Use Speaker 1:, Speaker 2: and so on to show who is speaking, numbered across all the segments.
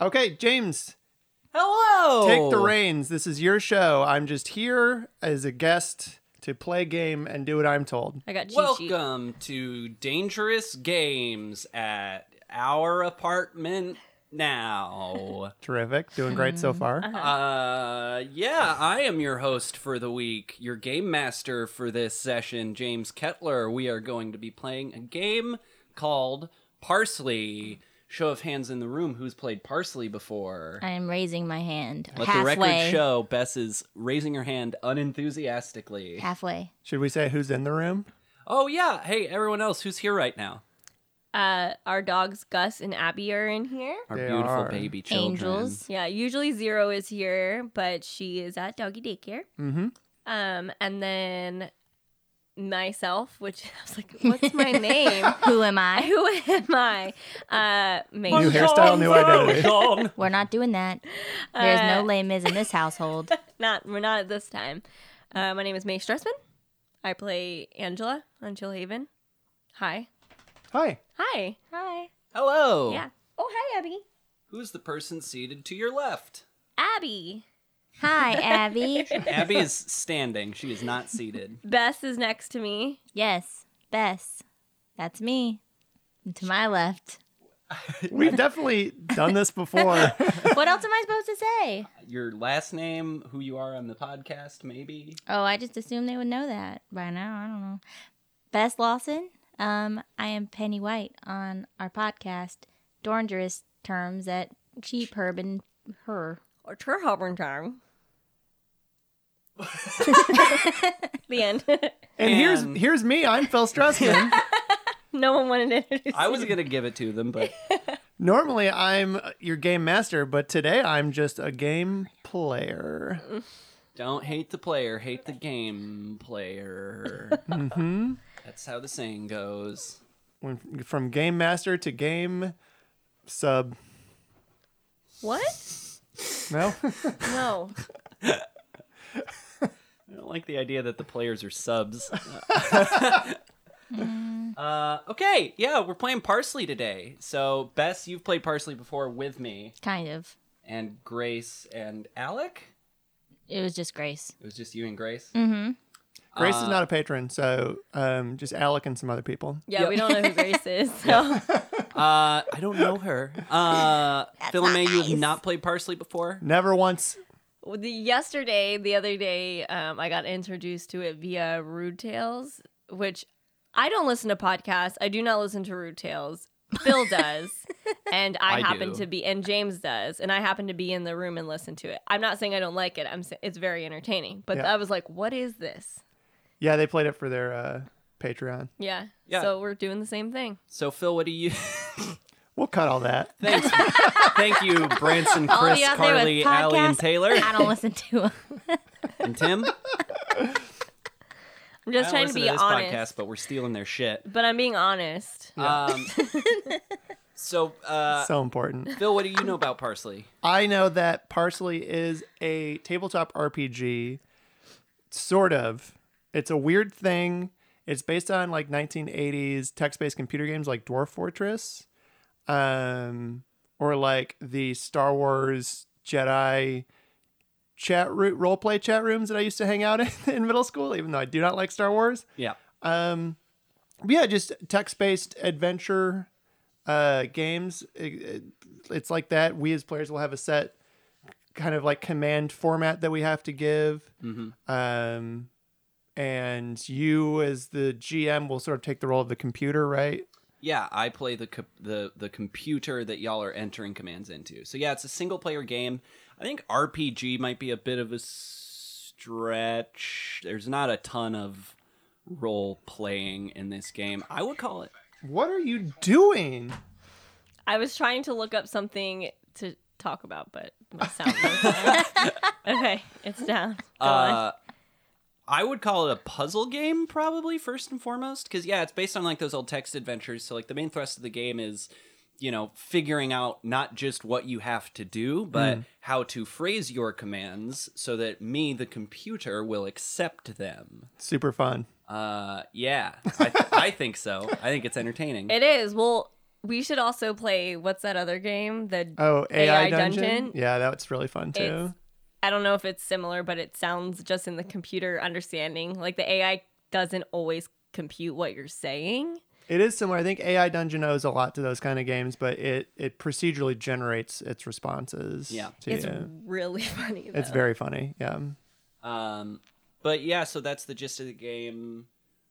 Speaker 1: Okay, James,
Speaker 2: Hello.
Speaker 1: take the reins. This is your show. I'm just here as a guest to play game and do what I'm told.
Speaker 3: I got cheat sheet.
Speaker 2: Welcome to Dangerous Games at our apartment now.
Speaker 1: Terrific. Doing great so far.
Speaker 2: Mm-hmm. uh, yeah, I am your host for the week, your game master for this session, James Kettler. We are going to be playing a game called Parsley. Show of hands in the room who's played Parsley before.
Speaker 3: I am raising my hand
Speaker 2: Let
Speaker 3: halfway.
Speaker 2: the record show Bess is raising her hand unenthusiastically.
Speaker 3: Halfway.
Speaker 1: Should we say who's in the room?
Speaker 2: Oh, yeah. Hey, everyone else who's here right now?
Speaker 4: Uh, our dogs Gus and Abby are in here.
Speaker 2: Our
Speaker 1: They
Speaker 2: beautiful
Speaker 1: are.
Speaker 2: baby children.
Speaker 3: Angels.
Speaker 4: Yeah, usually Zero is here, but she is at doggy daycare.
Speaker 1: Mm-hmm.
Speaker 4: Um, and then myself, which I was like, what's my name?
Speaker 3: Who am I?
Speaker 4: Who am I? Uh,
Speaker 1: New
Speaker 4: Mason.
Speaker 1: hairstyle, new identity.
Speaker 2: Sean.
Speaker 3: We're not doing that. There's no
Speaker 4: Uh,
Speaker 3: Les Mis in this household.
Speaker 4: Not we're not at this time. Uh, my name is May Stressman. I play Angela on Chill Haven. Hi.
Speaker 1: Hi.
Speaker 4: Hi.
Speaker 3: Hi.
Speaker 2: Hello.
Speaker 4: Yeah. Oh, hi, Abby.
Speaker 2: Who's the person seated to your left?
Speaker 4: Abby.
Speaker 3: Hi, Abby.
Speaker 2: Abby is standing. She is not seated.
Speaker 4: Bess is next to me.
Speaker 3: yes, Bess. That's me. And to my left.
Speaker 1: We've definitely done this before.
Speaker 3: What else am I supposed to say?
Speaker 2: Your last name, who you are on the podcast, maybe?
Speaker 3: Oh, I just assumed they would know that by now. I don't know. Bess Lawson. Um, I am Penny White on our podcast, Dorngerous Terms at Cheap Herb and Her.
Speaker 4: Or Turhoburn Charm. the end.
Speaker 1: And here's
Speaker 2: And-
Speaker 1: here's me. I'm Phil Stressman.
Speaker 4: no one wanted to introduce
Speaker 2: I was going to give it to them, but
Speaker 1: Normally, I'm your game master, but today I'm just a game player.
Speaker 2: don't hate the player, hate the game player.
Speaker 1: hmm
Speaker 2: That's how the saying goes.
Speaker 1: When, from game master to game sub.
Speaker 4: What?
Speaker 1: No?
Speaker 4: No.
Speaker 2: I don't like the idea that the players are subs. uh, okay, yeah, we're playing Parsley today. So, Bess, you've played Parsley before with me,
Speaker 3: Kind of.
Speaker 2: and Grace and Alec.
Speaker 3: It was just Grace.
Speaker 2: It was just you and Grace.
Speaker 3: Mm-hmm.
Speaker 1: Grace
Speaker 2: Uh,
Speaker 1: is not a patron, so um, just Alec and some other people.
Speaker 4: Yeah, we
Speaker 2: Yep.
Speaker 4: don't know who Grace is. So
Speaker 2: Uh, I don't know her. Uh, Philomay,
Speaker 3: not
Speaker 2: you have
Speaker 3: nice.
Speaker 2: not played Parsley before.
Speaker 1: Never once.
Speaker 4: the, yesterday, the other day, um, I got introduced to it via Rude Tales, which I don't listen to podcasts. I do not listen to Rude Tales. Phil does, and I,
Speaker 2: I
Speaker 4: happen
Speaker 2: do.
Speaker 4: to be, and James does, and I happen to be in the room and listen to it. I'm not saying I don't like it. I'm sa- it's very entertaining, but
Speaker 1: Yeah.
Speaker 4: I was like, what is this?
Speaker 1: Yeah, they played it for their uh, Patreon.
Speaker 4: Yeah.
Speaker 2: Yeah.
Speaker 4: So we're doing the same thing.
Speaker 2: So, Phil, what do you?
Speaker 1: We'll cut all that.
Speaker 2: Thanks. Thank you, Branson,
Speaker 3: All
Speaker 2: Chris,
Speaker 3: you out there
Speaker 2: Carly,
Speaker 3: with
Speaker 2: Allie, and
Speaker 3: podcasts.
Speaker 2: Taylor,
Speaker 3: I don't listen to him.
Speaker 2: and Tim.
Speaker 4: I'm
Speaker 2: I
Speaker 4: just
Speaker 2: don't
Speaker 4: trying to
Speaker 2: listen
Speaker 4: be
Speaker 2: this
Speaker 4: honest.
Speaker 2: podcast, but we're stealing their shit.
Speaker 4: But I'm being honest.
Speaker 2: Um, so, uh,
Speaker 1: so important.
Speaker 2: Phil, what do you know about Parsley?
Speaker 1: I know that Parsley is a tabletop RPG, sort of. It's a weird thing. It's based on like 1980s text-based computer games like Dwarf Fortress, um, or like the Star Wars Jedi chat root roleplay chat rooms that I used to hang out in in middle school. Even though I do not like Star Wars,
Speaker 2: Yeah.
Speaker 1: um, but yeah, just text-based adventure uh, games. It- it- it's like that. We as players will have a set kind of like command format that we have to give,
Speaker 2: Mhm.
Speaker 1: um, and you as the GM will sort of take the role of the computer, right?
Speaker 2: Yeah, I play the co- the the computer that y'all are entering commands into. So yeah, it's a single player game. I think RPG might be a bit of a stretch. There's not a ton of role playing in this game. I would call it
Speaker 1: What are you doing?
Speaker 4: I was trying to look up something to talk about, but my sound was down. Okay, it's down. Go on.
Speaker 2: uh I would call it a puzzle game probably first and foremost cuz yeah, it's based on like those old text adventures. So like the main thrust of the game is you know, figuring out not just what you have to do, but how to phrase your commands so that me, the computer, will accept them.
Speaker 1: Super fun.
Speaker 2: Uh, yeah, I, th- I think so. I think it's entertaining.
Speaker 4: It is. Well, We should also play what's that other game? The
Speaker 1: Oh, AI,
Speaker 4: AI
Speaker 1: dungeon?
Speaker 4: Dungeon?
Speaker 1: Yeah, that's really fun too.
Speaker 4: It's- I don't know if it's similar, but it sounds just in the computer understanding. Like the AI doesn't always compute what you're saying.
Speaker 1: It is similar. I think AI Dungeon owes a lot to those kind of games, but it it procedurally generates its responses.
Speaker 2: Yeah.
Speaker 1: to
Speaker 4: It's
Speaker 1: you.
Speaker 4: really funny.
Speaker 1: it's
Speaker 4: though.
Speaker 1: very funny. Yeah,
Speaker 2: Um, but yeah, so that's the gist of the game.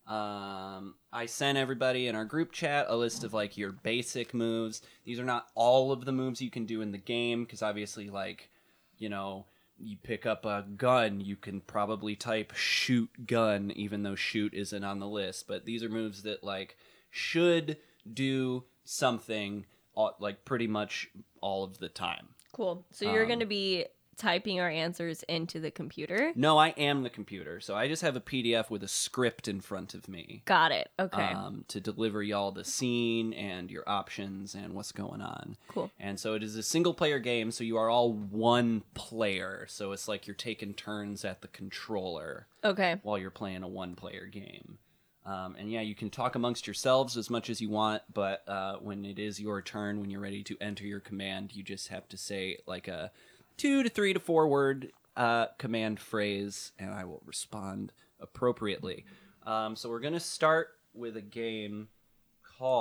Speaker 2: Um, I sent everybody in our group chat a list of like your basic moves. These are not all of the moves you can do in the game because obviously, like, you know, you pick up a gun, you can probably type shoot gun, even though shoot isn't on the list. But these are moves that like should do something all, like pretty much all of the time.
Speaker 4: cool. So you're
Speaker 2: Um,
Speaker 4: going to be typing our answers into the computer.
Speaker 2: No, I am the computer, so I just have a PDF with a script in front of me.
Speaker 4: Got it. Okay.
Speaker 2: um, to deliver y'all the scene and your options and what's going on.
Speaker 4: Cool.
Speaker 2: And so it is a single player game, so you are all one player. So it's like you're taking turns at the controller
Speaker 4: Okay.
Speaker 2: while you're playing a one player game. Um, and yeah, you can talk amongst yourselves as much as you want, but uh, when it is your turn, when you're ready to enter your command, you just have to say like a two to three to four word uh, command phrase, and I will respond appropriately. Um, so we're going to start with a game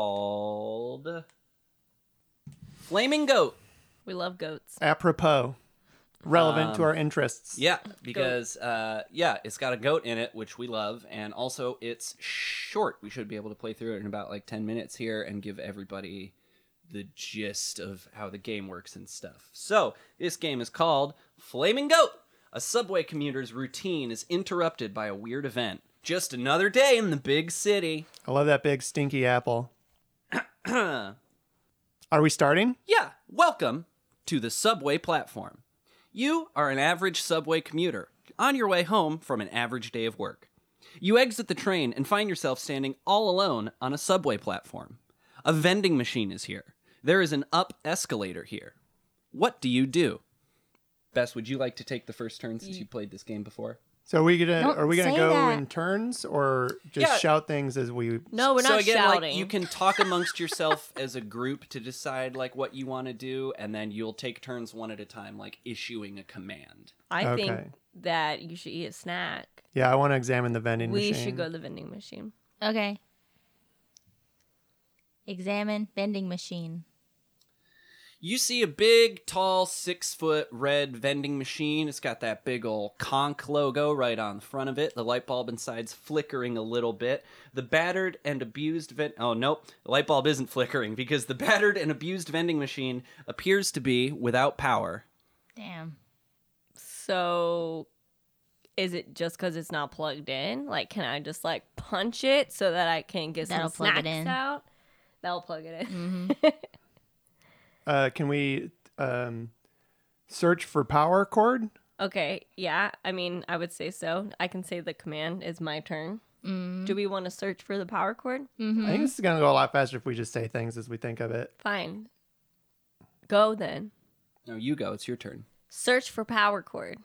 Speaker 2: called Flaming Goat.
Speaker 4: We love goats.
Speaker 1: apropos, relevant to
Speaker 2: Um,
Speaker 1: our interests.
Speaker 2: Yeah, because uh, yeah, it's got a goat in it, which we love, and also it's short. We should be able to play through it in about like ten minutes here and give everybody the gist of how the game works and stuff. So this game is called Flaming Goat. A subway commuter's routine is interrupted by a weird event. Just another day in the big city.
Speaker 1: I love that big stinky apple.
Speaker 2: Huh.
Speaker 1: Are we starting?
Speaker 2: Yeah, welcome to the subway platform. You are an average subway commuter on your way home from an average day of work. You exit the train and find yourself standing all alone on a subway platform. A vending machine is here. There is an up escalator here. What do you do? Bess, would you like to take the first turn since you played this game before?
Speaker 1: So are we gonna
Speaker 3: Don't
Speaker 1: are we gonna
Speaker 3: say
Speaker 1: go
Speaker 3: that.
Speaker 1: in turns or just
Speaker 2: Yeah.
Speaker 1: shout things as we?
Speaker 4: No, Oh, we're not
Speaker 2: so again,
Speaker 4: shouting.
Speaker 2: like you can talk amongst yourself as a group to decide like what you want to do, and then you'll take turns one at a time, like issuing a command.
Speaker 4: I
Speaker 1: Okay.
Speaker 4: think that you should eat a snack.
Speaker 1: Yeah, I want to examine the vending
Speaker 4: we
Speaker 1: machine.
Speaker 4: should go to the vending machine.
Speaker 3: Okay. Examine vending machine.
Speaker 2: You see a big, tall, six foot red vending machine. It's got that big old conch logo right on the front of it. The light bulb inside's flickering a little bit. The battered and abused vent. Oh, nope. The light bulb isn't flickering because the battered and abused vending machine appears to be without power.
Speaker 3: Damn.
Speaker 4: So is it just because it's not plugged in? Like, can I just like punch it so that I can get
Speaker 3: That'll
Speaker 4: some
Speaker 3: plug it
Speaker 4: snacks
Speaker 3: in.
Speaker 4: out? That'll plug it
Speaker 2: Mm.
Speaker 4: in.
Speaker 3: Mm-hmm.
Speaker 1: Uh, can we um, search for power cord?
Speaker 4: Okay, yeah. I mean, I would say so. I can say the command is my turn.
Speaker 3: Mm-hmm.
Speaker 2: Mm.
Speaker 4: Do we want to search for the power cord?
Speaker 1: I think this is gonna go a lot faster if we just say things as we think of it.
Speaker 4: Fine. Go then.
Speaker 2: No, you go. It's your turn.
Speaker 4: Search for power cord.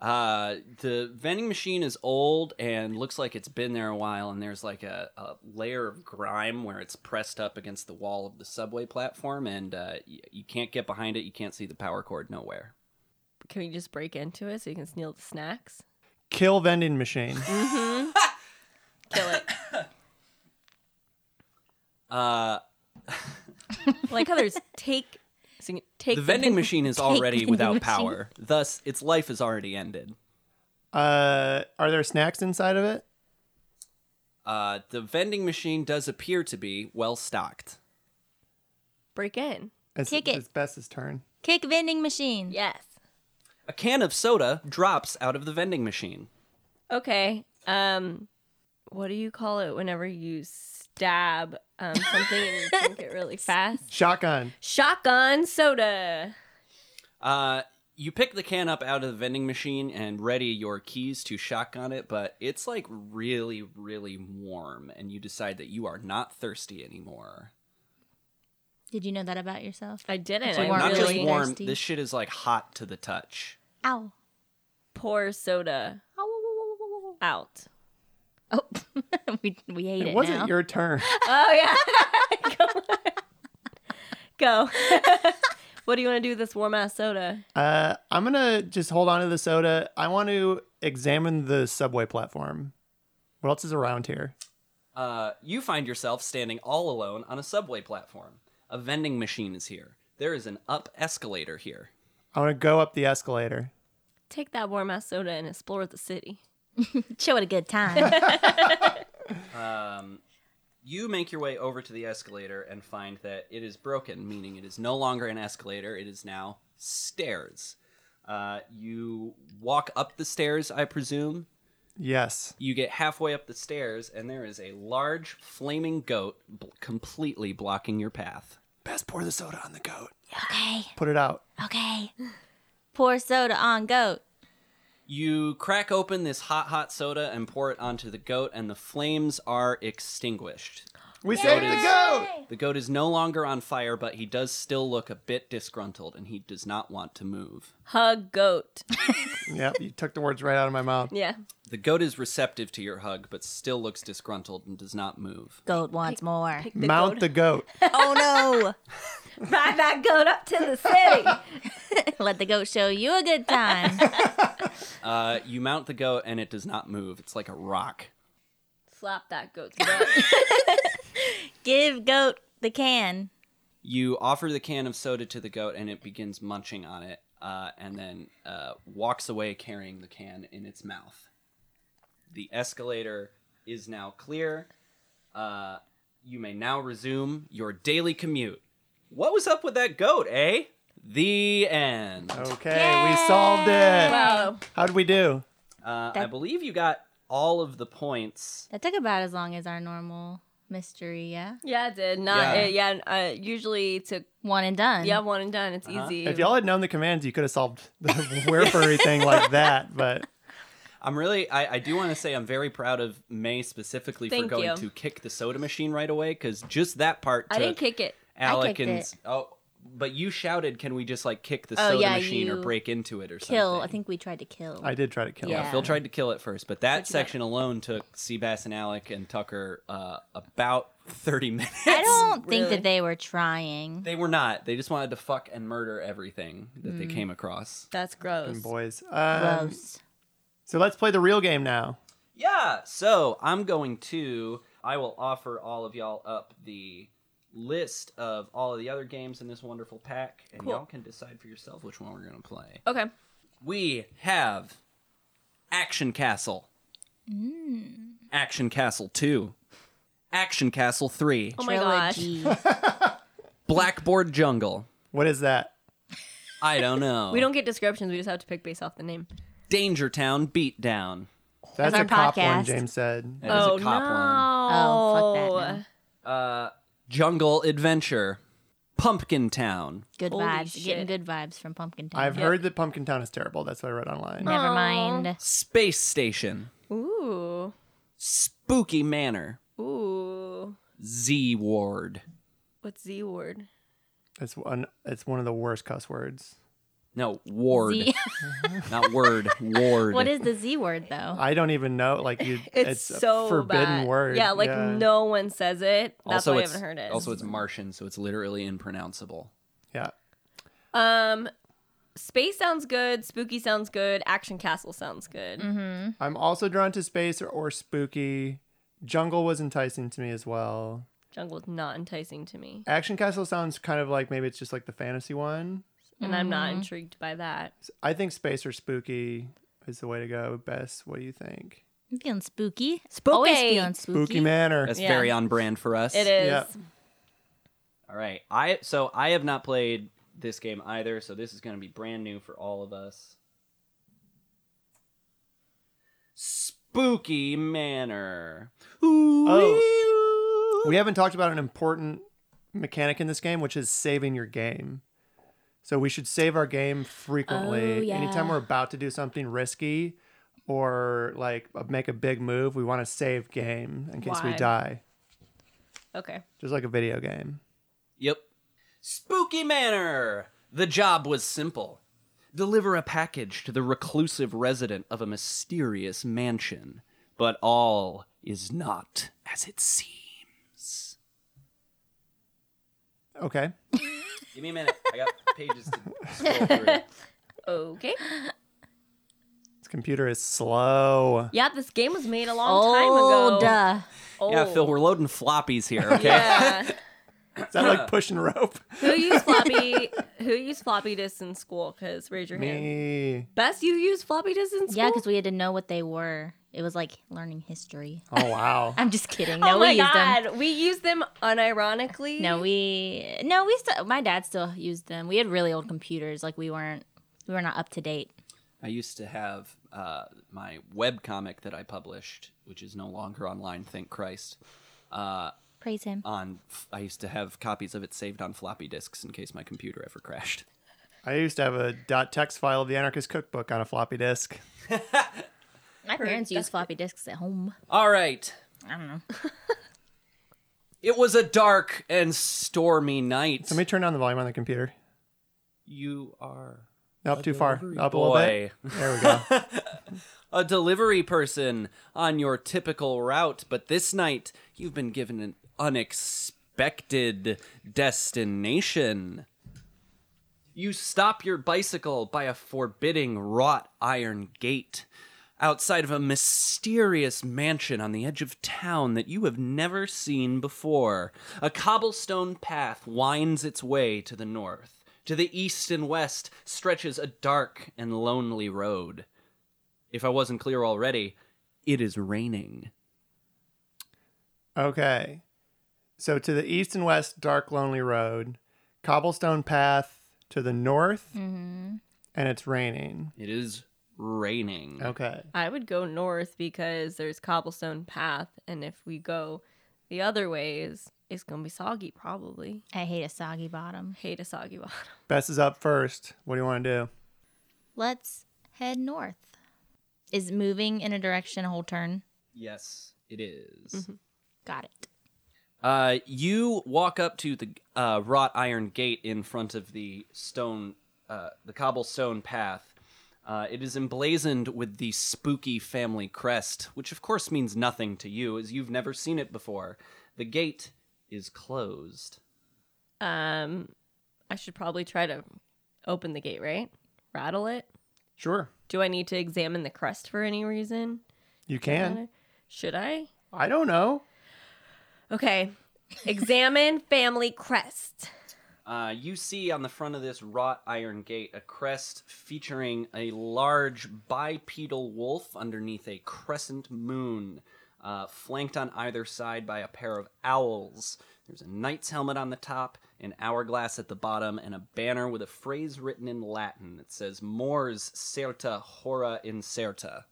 Speaker 2: Uh, the vending machine is old and looks like it's been there a while, and there's like a, a layer of grime where it's pressed up against the wall of the subway platform, and uh, y- you can't get behind it. You can't see the power cord nowhere.
Speaker 4: Can we just break into it so you can steal the snacks?
Speaker 1: Kill vending machine.
Speaker 3: Mm-hmm.
Speaker 4: Kill it.
Speaker 2: Uh,
Speaker 4: like others, take. So you can take
Speaker 2: the vending machine is already
Speaker 3: vending
Speaker 2: without
Speaker 3: machine.
Speaker 2: power, thus, its life is already ended.
Speaker 1: uh, are there snacks inside of it?
Speaker 2: Uh, the vending machine does appear to be well stocked.
Speaker 4: Break in.
Speaker 1: It's,
Speaker 3: Kick it.
Speaker 1: It's Bess's turn.
Speaker 3: Kick vending machine.
Speaker 4: Yes.
Speaker 2: A can of soda drops out of the vending machine.
Speaker 4: Okay. Um, what do you call it whenever you stab um, something and you drink it really fast?
Speaker 1: Shotgun.
Speaker 4: Shotgun soda.
Speaker 2: Uh, you pick the can up out of the vending machine and ready your keys to shotgun it, but it's like really, really warm, and you decide that you are not thirsty anymore.
Speaker 3: Did you know that about yourself?
Speaker 4: I didn't.
Speaker 3: So
Speaker 4: I
Speaker 3: you aren't
Speaker 2: not
Speaker 4: really
Speaker 2: just
Speaker 3: really
Speaker 2: warm,
Speaker 3: thirsty.
Speaker 2: this shit is like hot to the touch.
Speaker 3: Ow.
Speaker 4: pour soda out.
Speaker 3: Oh, we, we hate it,
Speaker 1: It wasn't
Speaker 3: now.
Speaker 1: your turn.
Speaker 4: Oh yeah. Go. what do you want to do with this warm ass soda?
Speaker 1: Uh, I'm gonna just hold on to the soda. I want to examine the subway platform. What else is around here?
Speaker 2: Uh, you find yourself standing all alone on a subway platform. A vending machine is here. There is an up escalator here.
Speaker 1: I want to go up the escalator.
Speaker 4: Take that warm ass soda and explore the city.
Speaker 3: Show it a good time.
Speaker 2: Um, you make your way over to the escalator and find that it is broken, meaning it is no longer an escalator. It is now stairs. Uh, you walk up the stairs, I presume.
Speaker 1: Yes.
Speaker 2: You get halfway up the stairs, and there is a large flaming goat bl- completely blocking your path.
Speaker 1: Best pour the soda on the goat.
Speaker 3: okay,
Speaker 1: Put it out.
Speaker 3: okay. Pour soda on goat.
Speaker 2: You crack open this hot, hot soda and pour it onto the goat, and the flames are extinguished.
Speaker 1: We saved the
Speaker 2: is-
Speaker 1: goat.
Speaker 2: The goat is no longer on fire, but he does still look a bit disgruntled, and he does not want to move.
Speaker 4: Hug goat.
Speaker 1: yep, you took the words right out of my mouth.
Speaker 4: Yeah.
Speaker 2: The goat is receptive to your hug, but still looks disgruntled and does not move.
Speaker 3: Goat wants more.
Speaker 4: The
Speaker 1: Mount
Speaker 4: goat.
Speaker 1: the goat.
Speaker 3: Oh
Speaker 4: Ride that goat up to the city.
Speaker 3: no! Let the goat show you a good time.
Speaker 2: Uh, you mount the goat, and it does not move. It's like a rock.
Speaker 4: Slap that goat's butt.
Speaker 3: Give goat the can.
Speaker 2: You offer the can of soda to the goat, and it begins munching on it, uh, and then uh, walks away carrying the can in its mouth. The escalator is now clear. Uh, you may now resume your daily commute. What was up with that goat, eh? The end. Uh,
Speaker 1: Okay, we solved it.
Speaker 4: Wow.
Speaker 1: How'd we do?
Speaker 2: Uh, I
Speaker 3: That-
Speaker 2: believe you got all of the points.
Speaker 3: That took about as long as our normal mystery, yeah?
Speaker 4: Yeah, it did. Not
Speaker 2: Yeah.
Speaker 4: yeah. It, yeah uh, usually took
Speaker 3: One and done.
Speaker 4: yeah one and done. It's
Speaker 2: Uh-huh.
Speaker 4: easy.
Speaker 1: If y'all had known the commands, you could have solved the wherefore thing like that. But
Speaker 2: I'm really, I, I do want to say I'm very proud of May specifically for
Speaker 4: Thank
Speaker 2: going
Speaker 4: you.
Speaker 2: to kick the soda machine right away because just that part. Took,
Speaker 4: I didn't kick it.
Speaker 2: Alec
Speaker 3: kicked
Speaker 2: and
Speaker 3: it.
Speaker 2: oh, but you shouted, "Can we just like kick the
Speaker 4: Oh,
Speaker 2: soda
Speaker 4: yeah,
Speaker 2: machine or
Speaker 4: you
Speaker 2: break into it or
Speaker 3: Kill.
Speaker 2: something?"
Speaker 3: I think we tried to kill.
Speaker 1: I did try to kill
Speaker 2: Yeah,
Speaker 1: it.
Speaker 2: Phil tried to kill it first, but that section alone took Seabass and Alec and Tucker uh, about thirty minutes.
Speaker 3: I don't think
Speaker 4: Really?
Speaker 3: that they were trying.
Speaker 2: They were not. They just wanted to fuck and murder everything that
Speaker 4: Mm.
Speaker 2: they came across.
Speaker 4: That's gross.
Speaker 1: Boys. Um,
Speaker 3: Gross.
Speaker 1: so let's play the real game now.
Speaker 2: Yeah. So I'm going to. I will offer all of y'all up the list of all of the other games in this wonderful pack, and
Speaker 4: Cool.
Speaker 2: y'all can decide for yourself which one we're gonna play.
Speaker 4: Okay.
Speaker 2: we have Action Castle,
Speaker 4: Mm.
Speaker 2: Action Castle 2, Action Castle 3,
Speaker 4: Oh my gosh.
Speaker 3: gosh.
Speaker 2: Blackboard Jungle.
Speaker 1: What is that?
Speaker 2: I don't know.
Speaker 4: We don't get descriptions. We just have to pick based off the name.
Speaker 2: Danger Town Beatdown.
Speaker 1: That's
Speaker 3: our
Speaker 1: a cop one,
Speaker 3: podcast.
Speaker 1: James said.
Speaker 2: That is
Speaker 4: oh
Speaker 2: a cop
Speaker 4: no.
Speaker 2: one.
Speaker 3: Oh, fuck that. No.
Speaker 2: Uh, Jungle Adventure, Pumpkin Town,
Speaker 3: Good
Speaker 4: Holy
Speaker 3: vibes.
Speaker 4: shit.
Speaker 3: Getting good vibes from Pumpkin Town.
Speaker 1: I've heard that Pumpkin Town is terrible. That's what I read online.
Speaker 3: Never
Speaker 4: Aw.
Speaker 3: mind.
Speaker 2: Space Station,
Speaker 4: Ooh.
Speaker 2: Spooky Manor,
Speaker 4: Ooh.
Speaker 2: Z Ward.
Speaker 4: What's Z word?
Speaker 1: It's one. It's one of the worst cuss words.
Speaker 2: No, Ward.
Speaker 3: Z-
Speaker 2: Not word, Ward.
Speaker 3: what is the Z word though?
Speaker 1: I don't even know. Like you,
Speaker 4: It's,
Speaker 1: it's, a
Speaker 4: so
Speaker 1: forbidden
Speaker 4: bad.
Speaker 1: word.
Speaker 4: Yeah, like no one says it. That's
Speaker 2: also,
Speaker 4: why I
Speaker 2: it's-
Speaker 4: haven't heard it.
Speaker 2: Also, it's Martian, so it's literally impronounceable.
Speaker 1: Yeah.
Speaker 4: um, space sounds good. Spooky sounds good. Action castle sounds good.
Speaker 1: I'm also drawn to space or, or spooky. Jungle was enticing to me as well.
Speaker 4: Jungle is not enticing to me,
Speaker 1: Action Castle sounds kind of like maybe it's just like the fantasy one.
Speaker 4: and I'm not
Speaker 3: Mm-hmm.
Speaker 4: intrigued by that.
Speaker 1: I think space or spooky is the way to go. Best, what do you think?
Speaker 3: I'm feeling spooky.
Speaker 4: Spooky.
Speaker 3: Always feeling spooky.
Speaker 1: Spooky Manor.
Speaker 2: That's
Speaker 4: Yeah.
Speaker 2: very on brand for us.
Speaker 4: It is.
Speaker 1: Yeah.
Speaker 2: All right. I so I have not played this game either, so this is going to be brand new for all of us. Spooky Manor. Ooh.
Speaker 4: Oh.
Speaker 1: We haven't talked about an important mechanic in this game, which is saving your game. So we should save our game frequently.
Speaker 3: Oh, yeah.
Speaker 1: Anytime we're about to do something risky or like uh, make a big move, we want to save game in case we
Speaker 4: Why?
Speaker 1: die,
Speaker 4: Okay.
Speaker 1: just like a video game.
Speaker 2: Yep. Spooky Manor! The job was simple deliver a package to the reclusive resident of a mysterious mansion. But all is not as it seems.
Speaker 1: Okay.
Speaker 2: Give me a minute. I got pages to scroll through.
Speaker 4: Okay.
Speaker 1: This computer is slow.
Speaker 4: Yeah, this game was made a long
Speaker 3: Old.
Speaker 4: time ago.
Speaker 3: uh,
Speaker 4: Old.
Speaker 2: Yeah, Phil, we're loading floppies here. Okay.
Speaker 4: Yeah.
Speaker 1: Is that like pushing rope?
Speaker 4: who used floppy? Who used floppy disks in school? Because raise your hand.
Speaker 1: Me.
Speaker 4: Bess, you used floppy disks in school.
Speaker 3: yeah, because we had to know what they were. It was like learning history.
Speaker 1: Oh wow.
Speaker 3: I'm just kidding.
Speaker 4: oh
Speaker 3: No,
Speaker 4: my
Speaker 3: we used them.
Speaker 4: god, we used them unironically.
Speaker 3: No, we no, we still. My dad still used them. We had really old computers. Like we weren't, we were not up to date.
Speaker 2: I used to have uh, my web comic that I published, which is no longer online. Thank Christ. Uh,
Speaker 3: Praise him.
Speaker 2: on f- I used to have copies of it saved on floppy disks in case my computer ever crashed.
Speaker 1: I used to have a .text file of the Anarchist Cookbook on a floppy disk.
Speaker 3: My parents used floppy disks at home.
Speaker 2: All right.
Speaker 3: I don't know.
Speaker 2: It was a dark and stormy night.
Speaker 1: Somebody turn down the volume on the computer.
Speaker 2: you are
Speaker 1: Up too far.
Speaker 2: delivery
Speaker 1: Up a little bit. There we go.
Speaker 2: a delivery person on your typical route, but this night you've been given an unexpected destination. You stop your bicycle by a forbidding wrought iron gate outside of a mysterious mansion on the edge of town that you have never seen before. A cobblestone path winds its way to the north. To the east and west stretches a dark and lonely road if I wasn't clear already, it is raining.
Speaker 1: Okay. So to the east and west, dark, lonely road, cobblestone path to the north, and it's raining.
Speaker 2: It is raining.
Speaker 1: Okay.
Speaker 4: I would go north because there's cobblestone path, and if we go the other ways, it's gonna be soggy probably.
Speaker 3: I hate a soggy bottom.
Speaker 4: Hate a soggy bottom.
Speaker 1: Bess is up first. What do you want to do?
Speaker 3: Let's head north. Is moving in a direction a whole turn?
Speaker 2: Yes, it is.
Speaker 3: Got it.
Speaker 2: Uh, you walk up to the uh, wrought iron gate in front of the stone, uh, the cobblestone path. Uh, it is emblazoned with the spooky family crest, which of course means nothing to you, as you've never seen it before. The gate is closed.
Speaker 4: Um, I should probably try to open the gate, right? Rattle it.
Speaker 1: Sure.
Speaker 4: Do I need to examine the crest for any reason?
Speaker 1: You can.
Speaker 4: Should I?
Speaker 1: I don't know.
Speaker 4: Okay. Examine family crest.
Speaker 2: Uh, you see on the front of this wrought iron gate a crest featuring a large bipedal wolf underneath a crescent moon, uh, flanked on either side by a pair of owls. There's a knight's helmet on the top, an hourglass at the bottom, and a banner with a phrase written in Latin that says "Mors certa hora incerta."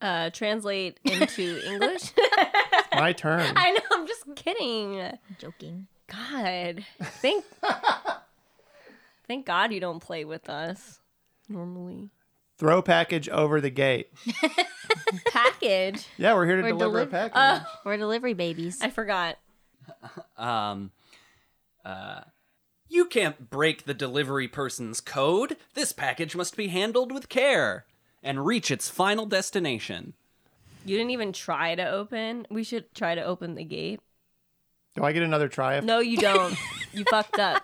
Speaker 4: Uh, translate into English.
Speaker 1: My turn.
Speaker 4: I know. I'm just kidding.
Speaker 3: Joking.
Speaker 4: God, thank thank God you don't play with us normally.
Speaker 1: Throw package over the gate.
Speaker 4: Package.
Speaker 1: Yeah, we're here to
Speaker 3: We're
Speaker 1: deliver
Speaker 3: deliv-
Speaker 1: a package.
Speaker 3: We're delivery babies.
Speaker 4: I forgot.
Speaker 2: Um, uh, you can't break the delivery person's code. This package must be handled with care and reach its final destination.
Speaker 4: You didn't even try to open. We should try to open the gate.
Speaker 1: do I get another try? If-
Speaker 4: No, you don't. you fucked up.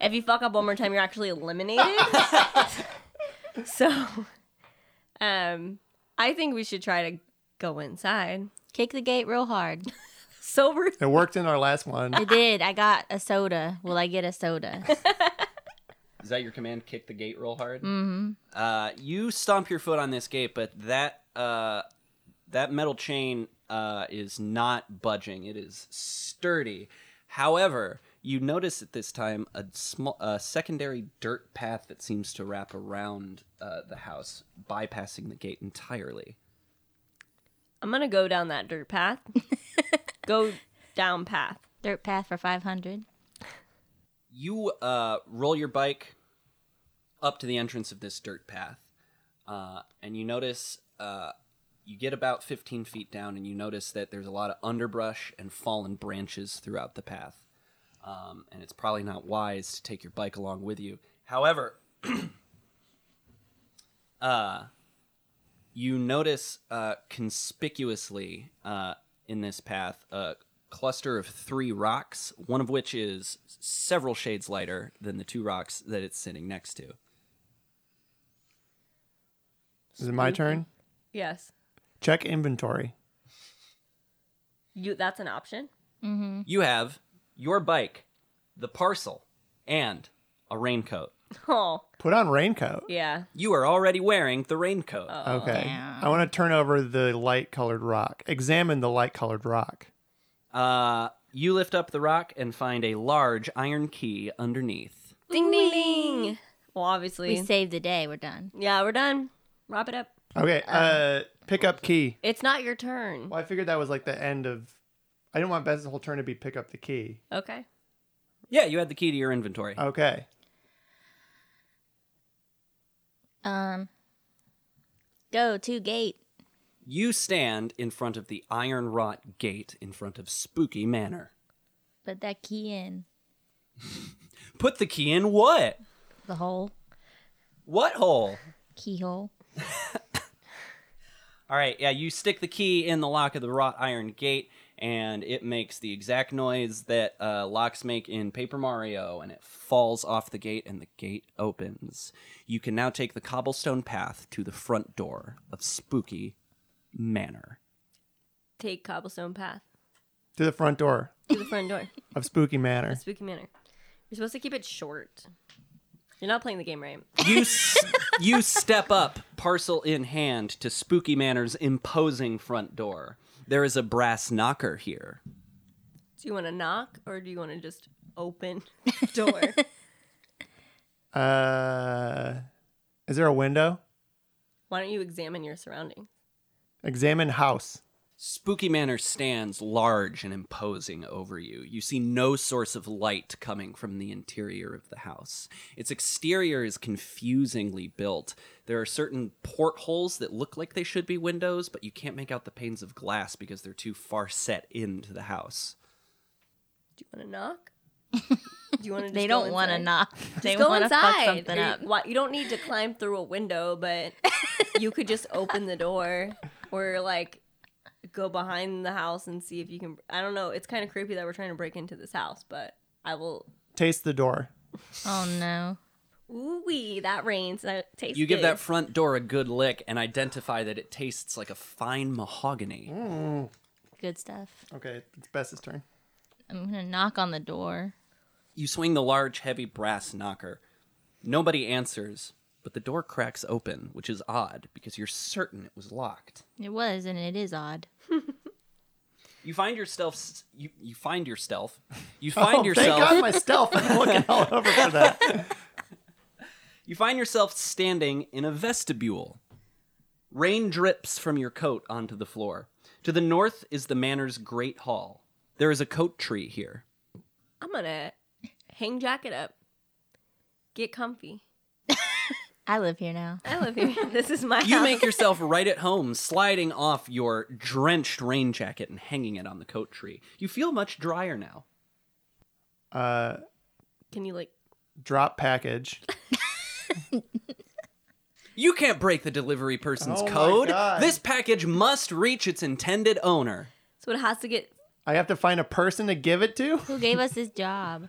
Speaker 4: If you fuck up one more time, you're actually eliminated. so, um, I think we should try to go inside.
Speaker 3: Kick the gate real hard.
Speaker 4: So rude.
Speaker 1: It worked in our last one.
Speaker 3: I did. I got a soda. Will I get a soda?
Speaker 2: Is that your command? Kick the gate real hard. Mm-hmm. Uh, you stomp your foot on this gate, but that uh, that metal chain uh, is not budging. It is sturdy. However, you notice at this time a small, a secondary dirt path that seems to wrap around uh, the house, bypassing the gate entirely.
Speaker 4: I'm gonna go down that dirt path. go down path.
Speaker 3: Dirt path for 500.
Speaker 2: you uh, roll your bike up to the entrance of this dirt path, uh, and you notice uh, you get about 15 feet down, and you notice that there's a lot of underbrush and fallen branches throughout the path. Um, and it's probably not wise to take your bike along with you. However, uh, you notice uh, conspicuously uh, in this path a cluster of three rocks, one of which is several shades lighter than the two rocks that it's sitting next to.
Speaker 1: Is it my turn?
Speaker 4: Yes.
Speaker 1: Check inventory.
Speaker 4: You that's an option?
Speaker 2: You have your bike, the parcel, and a raincoat.
Speaker 4: Oh,
Speaker 1: Put on raincoat.
Speaker 4: yeah.
Speaker 2: You are already wearing the raincoat.
Speaker 1: okay. I want to turn over the light colored rock. Examine the light colored rock.
Speaker 2: Uh, you lift up the rock and find a large iron key underneath.
Speaker 4: Ding ding ding. Well, obviously.
Speaker 3: We saved the day. We're done.
Speaker 4: yeah, we're done. Wrap it up.
Speaker 1: Okay. Uh, pick up key.
Speaker 4: It's not your turn.
Speaker 1: Well, I figured that was like the end of. I didn't want Beth's whole turn to be pick up the key.
Speaker 4: Okay.
Speaker 2: Yeah, you had the key to your inventory.
Speaker 1: Okay.
Speaker 3: Um, go to gate.
Speaker 2: You stand in front of the iron wrought gate in front of Spooky Manor.
Speaker 3: Put that key in
Speaker 2: Put the key in what?
Speaker 3: the hole,
Speaker 2: What hole?
Speaker 3: keyhole.
Speaker 2: All right, yeah, you stick the key in the lock of the wrought iron gate, and it makes the exact noise that uh, locks make in Paper Mario, and it falls off the gate, and the gate opens. You can now take the cobblestone path to the front door of Spooky Manor.
Speaker 4: Take cobblestone path
Speaker 1: To the front door
Speaker 4: to the front door.
Speaker 1: of Spooky Manor.
Speaker 4: Spooky Manor. You're supposed to keep it short. You're not playing the game right.
Speaker 2: You s- you step up, parcel in hand, to Spooky Manor's imposing front door. There is a brass knocker here.
Speaker 4: Do you want to knock or do you want to just open the door?
Speaker 1: Uh, is there a window?
Speaker 4: Why don't you examine your surroundings?
Speaker 1: Examine house.
Speaker 2: Spooky Manor stands large and imposing over you. You see no source of light coming from the interior of the house. Its exterior is confusingly built. There are certain portholes that look like they should be windows, but you can't make out the panes of glass because they're too far set into the house.
Speaker 4: Do you want to knock? Do you want to?
Speaker 3: They don't want to
Speaker 4: to
Speaker 3: knock. They
Speaker 4: go
Speaker 3: want to
Speaker 4: inside.
Speaker 3: fuck something
Speaker 4: Or-
Speaker 3: up.
Speaker 4: why- you don't need to climb through a window, but you could just open the door or like go behind the house and see if you can. I don't know. It's kind of creepy that we're trying to break into this house, but I will.
Speaker 1: Taste the door.
Speaker 3: Oh no.
Speaker 4: Ooh wee, that rains. That tastes.
Speaker 2: You give
Speaker 4: good.
Speaker 2: that front door a good lick and identify that it tastes like a fine mahogany.
Speaker 3: Good stuff.
Speaker 1: Okay, it's Bess's turn.
Speaker 3: I'm gonna knock on the door.
Speaker 2: You swing the large, heavy brass knocker. Nobody answers, but the door cracks open, which is odd because you're certain it was locked.
Speaker 3: It was, and it is odd.
Speaker 2: You find yourself. You, you find yourself. You find
Speaker 1: oh,
Speaker 2: yourself.
Speaker 1: Thank God my stealth. I'm looking all over for that.
Speaker 2: You find yourself standing in a vestibule. Rain drips from your coat onto the floor. To the north is the manor's great hall. There is a coat tree here.
Speaker 4: I'm gonna hang jacket up. Get comfy.
Speaker 3: I live here now.
Speaker 4: I live here. this is my
Speaker 2: You
Speaker 4: house.
Speaker 2: make yourself right at home, sliding off your drenched rain jacket and hanging it on the coat tree. You feel much drier now.
Speaker 1: Uh,
Speaker 4: Can you like?
Speaker 1: drop package.
Speaker 2: You can't break the delivery person's
Speaker 1: Oh my
Speaker 2: code.
Speaker 1: God.
Speaker 2: This package must reach its intended owner.
Speaker 4: So it has to get.
Speaker 1: I have to find a person to give it to.
Speaker 3: Who gave us this job?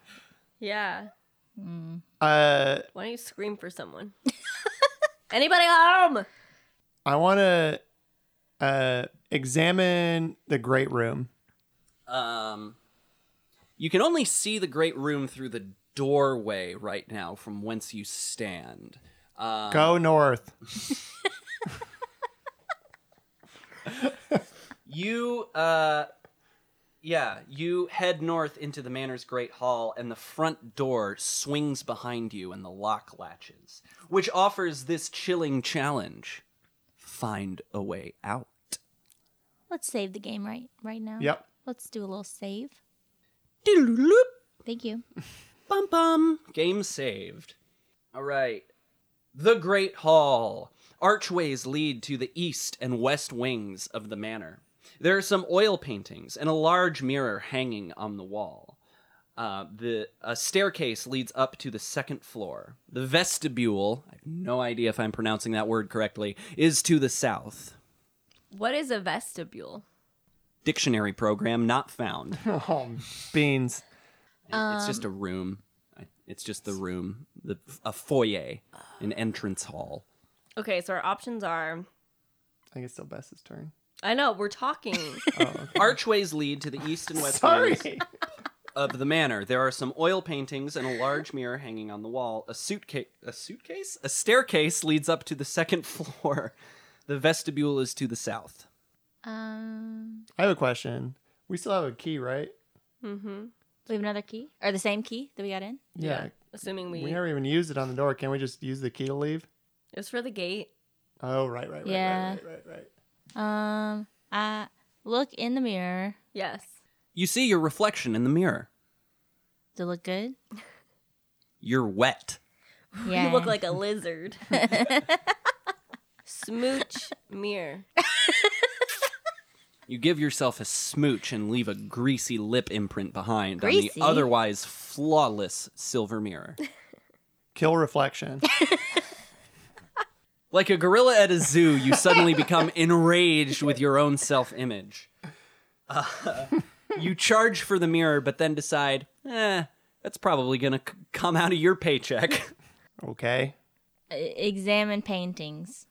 Speaker 4: Yeah.
Speaker 1: Uh,
Speaker 4: Why don't you scream for someone? Anybody home?
Speaker 1: I want to uh examine the great room.
Speaker 2: Um, you can only see the great room through the doorway right now from whence you stand. Um,
Speaker 1: Go north.
Speaker 2: You, uh, yeah, you head north into the manor's great hall, and the front door swings behind you, and the lock latches, which offers this chilling challenge: find a way out.
Speaker 3: Let's save the game right right now.
Speaker 1: Yep.
Speaker 3: Let's do a little save.
Speaker 2: Doodle-loop,
Speaker 3: Thank you.
Speaker 2: bum bum. Game saved. All right. The Great Hall. Archways lead to the east and west wings of the manor. There are some oil paintings and a large mirror hanging on the wall. Uh, the a staircase leads up to the second floor. The vestibule, I have no idea if I'm pronouncing that word correctly, is to the south.
Speaker 4: What is a vestibule?
Speaker 2: dictionary program not found.
Speaker 1: Oh, beans.
Speaker 2: it's just a room. I- It's just the room, the a foyer, an entrance hall.
Speaker 4: Okay, so our options are
Speaker 1: I think it's still Bess's turn.
Speaker 4: I know, we're talking.
Speaker 2: Archways lead to the east and west
Speaker 1: Sorry.
Speaker 2: wings of the manor. There are some oil paintings and a large mirror hanging on the wall. A suitcase, a suitcase, a staircase leads up to the second floor. The vestibule is to the south.
Speaker 3: Um,
Speaker 1: I have a question. We still have a key, right?
Speaker 4: hmm
Speaker 3: we have another key or the same key that we got in.
Speaker 1: Yeah.
Speaker 4: Assuming we.
Speaker 1: We never even used it on the door. Can we just use the key to leave?
Speaker 4: It's for the gate.
Speaker 1: Oh, right, right, right,
Speaker 3: Yeah.
Speaker 1: right, right, right, right.
Speaker 3: Um, I look in the mirror.
Speaker 4: Yes.
Speaker 2: You see your reflection in the mirror.
Speaker 3: Do I look good?
Speaker 2: You're wet.
Speaker 3: Yeah.
Speaker 4: You look like a lizard. Smooch mirror.
Speaker 2: You give yourself a smooch and leave a greasy lip imprint behind on
Speaker 3: Greasy?
Speaker 2: the otherwise flawless silver mirror.
Speaker 1: Kill reflection.
Speaker 2: Like a gorilla at a zoo, you suddenly become enraged with your own self image. you charge for the mirror, but then decide, eh, that's probably going to c- come out of your paycheck.
Speaker 1: okay.
Speaker 3: E- Examine paintings.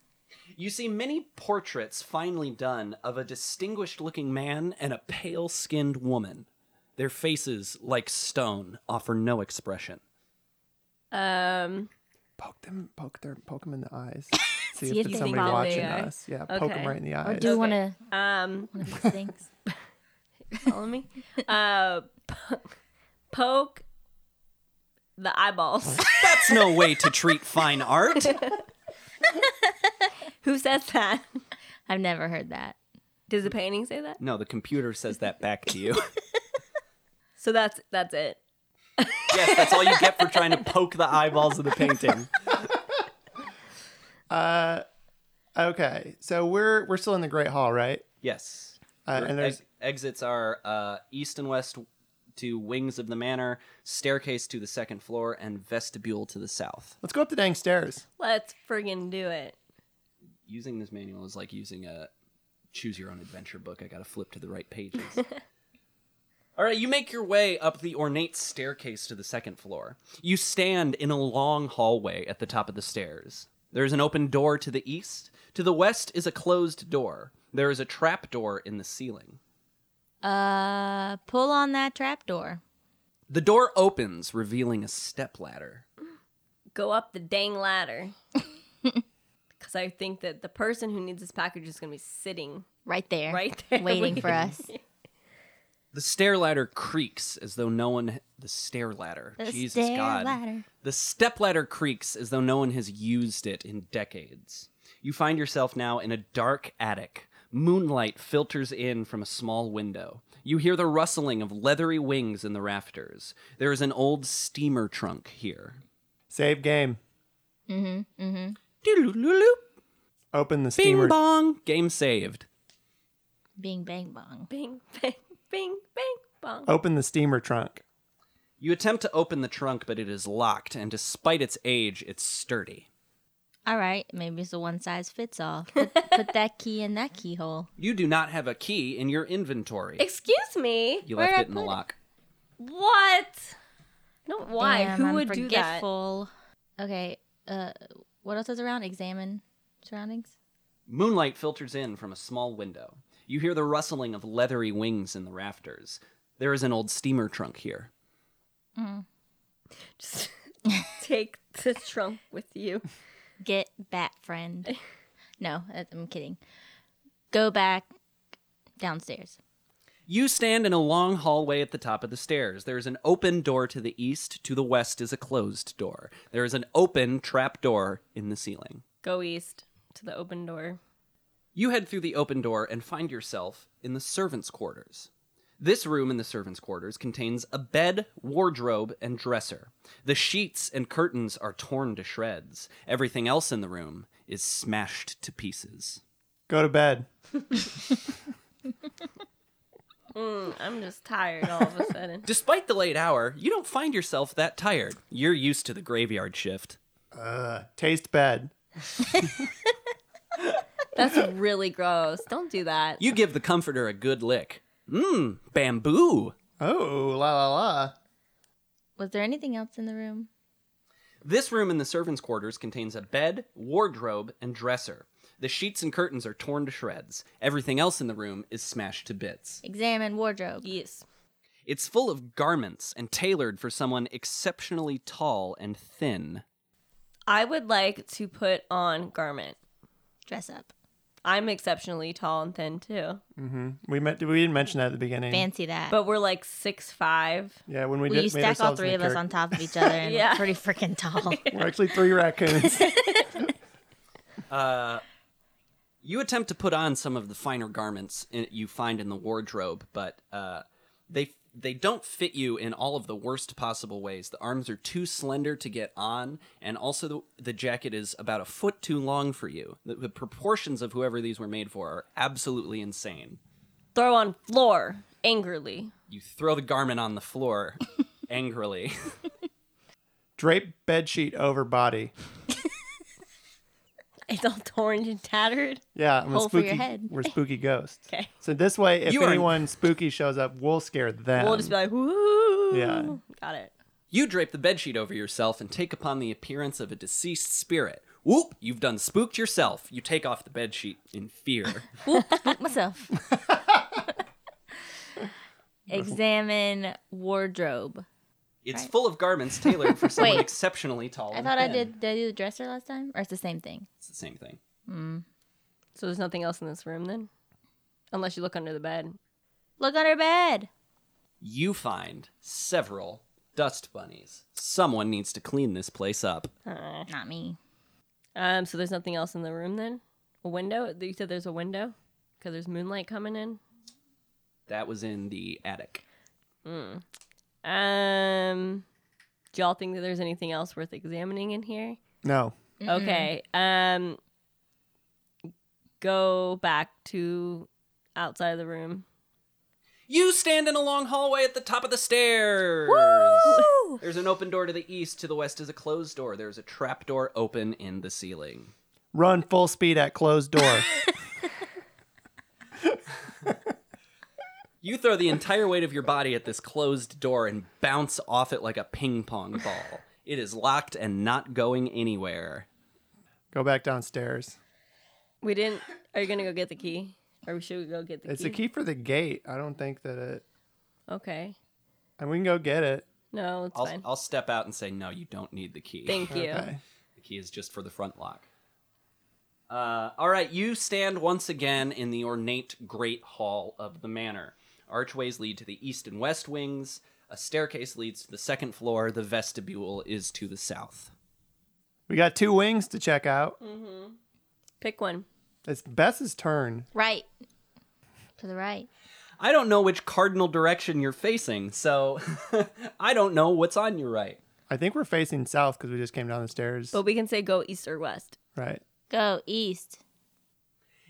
Speaker 2: You see many portraits finely done of a distinguished looking man and a pale skinned woman. Their faces, like stone, offer no expression.
Speaker 4: Um.
Speaker 1: Poke them, poke their, poke them in the eyes. See,
Speaker 3: See
Speaker 1: if
Speaker 3: if
Speaker 1: there's
Speaker 3: they
Speaker 1: somebody
Speaker 3: think about
Speaker 1: watching
Speaker 4: it.
Speaker 1: us. Yeah, poke them
Speaker 4: Okay.
Speaker 1: right in the eyes.
Speaker 3: Do you want to
Speaker 4: Um.
Speaker 3: one of these things?
Speaker 4: Follow me. Uh. po- Poke the eyeballs.
Speaker 2: That's no way to treat fine art.
Speaker 4: Who says that?
Speaker 3: I've never heard that.
Speaker 4: Does the painting say that?
Speaker 2: No, the computer says that back to you.
Speaker 4: So that's that's it.
Speaker 2: yes, that's all you get for trying to poke the eyeballs of the painting.
Speaker 1: okay, so we're we're still in the Great Hall, right?
Speaker 2: Yes.
Speaker 1: Uh,
Speaker 2: Your
Speaker 1: and there's
Speaker 2: ex- exits are uh, east and west to wings of the manor, staircase to the second floor, and vestibule to the south.
Speaker 1: let's go up the dang stairs.
Speaker 4: Let's friggin' do it.
Speaker 2: Using this manual is like using a choose your own adventure book. I gotta flip to the right pages. All right, you make your way up the ornate staircase to the second floor. You stand in a long hallway at the top of the stairs. There is an open door to the east. To the west is a closed door. There is a trap door in the ceiling.
Speaker 3: Uh, pull on that trapdoor.
Speaker 2: The door opens, revealing a stepladder.
Speaker 4: Go up the dang ladder. Because I think that the person who needs this package is going to be sitting
Speaker 3: Right there.
Speaker 4: right there
Speaker 3: Waiting for us.
Speaker 2: The stair ladder creaks as though no one. The stair ladder.
Speaker 3: The
Speaker 2: Jesus
Speaker 3: stair
Speaker 2: God.
Speaker 3: ladder.
Speaker 2: The stepladder creaks as though no one has used it in decades. You find yourself now in a dark attic. Moonlight filters in from a small window. You hear the rustling of leathery wings in the rafters. There is an old steamer trunk here.
Speaker 1: Save game.
Speaker 2: Doodle-loo-loo.
Speaker 1: Open the steamer.
Speaker 2: Bing bong. Game saved.
Speaker 3: Bing bang bong.
Speaker 4: Bing, bang, bing, bang, bong.
Speaker 1: Open the steamer trunk.
Speaker 2: You attempt to open the trunk, but it is locked, and despite its age, it's sturdy.
Speaker 3: All right, maybe it's a one size fits all. Put, put that key in that keyhole.
Speaker 2: You do not have a key in your inventory.
Speaker 4: Excuse me.
Speaker 2: You
Speaker 3: where'd
Speaker 2: left
Speaker 3: I
Speaker 2: it in the
Speaker 3: put it?
Speaker 2: lock.
Speaker 4: What? No, why?
Speaker 3: Damn,
Speaker 4: Who
Speaker 3: I'm
Speaker 4: would
Speaker 3: forgetful. Okay. Uh, what else is around? Examine surroundings.
Speaker 2: Moonlight filters in from a small window. You hear the rustling of leathery wings in the rafters. There is an old steamer trunk here.
Speaker 4: do that? Just take the trunk with you.
Speaker 3: Get bat friend. No, I- I'm kidding. Go back downstairs.
Speaker 2: You stand in a long hallway at the top of the stairs. There is an open door to the east. To the west is a closed door. There is an open trap door in the ceiling.
Speaker 4: Go east to the open door.
Speaker 2: You head through the open door and find yourself in the servants' quarters. This room in the servants' quarters contains a bed, wardrobe, and dresser. The sheets and curtains are torn to shreds. Everything else in the room is smashed to pieces.
Speaker 1: Go to bed.
Speaker 4: Mm, I'm just tired all of a sudden.
Speaker 2: Despite the late hour, you don't find yourself that tired. You're used to the graveyard shift.
Speaker 1: Taste bed.
Speaker 4: That's really gross. Don't do that.
Speaker 2: You give the comforter a good lick. Mmm, bamboo.
Speaker 1: Oh, la la la.
Speaker 3: Was there anything else in the room?
Speaker 2: This room in the servants' quarters contains a bed, wardrobe, and dresser. The sheets and curtains are torn to shreds. Everything else in the room is smashed to bits.
Speaker 3: Examine wardrobe.
Speaker 4: yes.
Speaker 2: It's full of garments and tailored for someone exceptionally tall and thin.
Speaker 4: I would like to put on garment.
Speaker 3: Dress up.
Speaker 4: I'm exceptionally tall and thin too,
Speaker 1: We meant we didn't mention that at the beginning.
Speaker 3: Fancy that.
Speaker 4: but we're like six five.
Speaker 1: yeah, when we
Speaker 3: Will
Speaker 1: did
Speaker 3: you
Speaker 1: made
Speaker 3: stack all
Speaker 1: ourselves in
Speaker 3: three
Speaker 1: the
Speaker 3: of us
Speaker 1: character-
Speaker 3: on top of each other and
Speaker 4: Yeah.
Speaker 3: look pretty freaking tall.
Speaker 1: We're actually three raccoons.
Speaker 2: You attempt to put on some of the finer garments in, you find in the wardrobe, but uh, they they don't fit you in all of the worst possible ways. The arms are too slender to get on, and also the, the jacket is about a foot too long for you. The, the proportions of whoever these were made for are absolutely insane.
Speaker 4: Throw on floor angrily.
Speaker 2: You throw the garment on the floor angrily.
Speaker 1: Drape bed sheet over body.
Speaker 4: It's all torn and tattered.
Speaker 1: Yeah, I'm a
Speaker 3: Hole for your
Speaker 1: spooky.
Speaker 3: head.
Speaker 1: We're spooky ghosts.
Speaker 4: Okay.
Speaker 1: So this way, if
Speaker 2: You are-
Speaker 1: anyone spooky shows up, we'll scare them.
Speaker 4: We'll just be like, woo.
Speaker 1: Yeah.
Speaker 4: Got it.
Speaker 2: You drape the bedsheet over yourself and take upon the appearance of a deceased spirit. Whoop! You've done spooked yourself. You take off the bedsheet in fear.
Speaker 3: Spook myself. Examine wardrobe.
Speaker 2: It's full of garments tailored for someone
Speaker 3: Wait.
Speaker 2: exceptionally tall.
Speaker 3: I
Speaker 2: and
Speaker 3: thought I
Speaker 2: thin.
Speaker 3: did. Did I do the dresser last time, or it's the same thing?
Speaker 2: It's the same thing.
Speaker 4: So there's nothing else in this room then? Unless you look under the bed.
Speaker 3: Look under bed.
Speaker 2: You find several dust bunnies. Someone needs to clean this place up.
Speaker 4: Uh,
Speaker 3: Not me.
Speaker 4: Um, so there's nothing else in the room then? A window? You said there's a window? Because there's moonlight coming in?
Speaker 2: That was in the attic.
Speaker 4: Um, do y'all think that there's anything else worth examining in here?
Speaker 1: no.
Speaker 4: Okay. Um, go back to outside of the room.
Speaker 2: You stand in a long hallway at the top of the stairs. There's an open door to the east. To the west is a closed door. There's a trap door open in the ceiling.
Speaker 1: Run full speed at closed door.
Speaker 2: You throw the entire weight of your body at this closed door and bounce off it like a ping pong ball. It is locked and not going anywhere.
Speaker 1: Go back downstairs.
Speaker 4: We didn't. Are you gonna go get the key, or should we go get the
Speaker 1: It's
Speaker 4: key?
Speaker 1: a key for the gate. I don't think that it.
Speaker 4: Okay.
Speaker 1: And we can go get it.
Speaker 4: No, it's
Speaker 2: I'll,
Speaker 4: fine.
Speaker 2: I'll step out and say, no, you don't need the key.
Speaker 4: Thank you.
Speaker 1: Okay.
Speaker 2: The key is just for the front lock. Uh, all right, you stand once again in the ornate Great Hall of the Manor. Archways lead to the east and west wings. A staircase leads to the second floor. The vestibule is to the south.
Speaker 1: We got two wings to check out.
Speaker 4: Pick one.
Speaker 1: It's Bess's turn.
Speaker 3: Right. To the right.
Speaker 2: I don't know which cardinal direction you're facing, so I don't know what's on your right.
Speaker 1: I think we're facing south because we just came down the stairs.
Speaker 4: But we can say go east or west.
Speaker 1: right.
Speaker 3: Go east.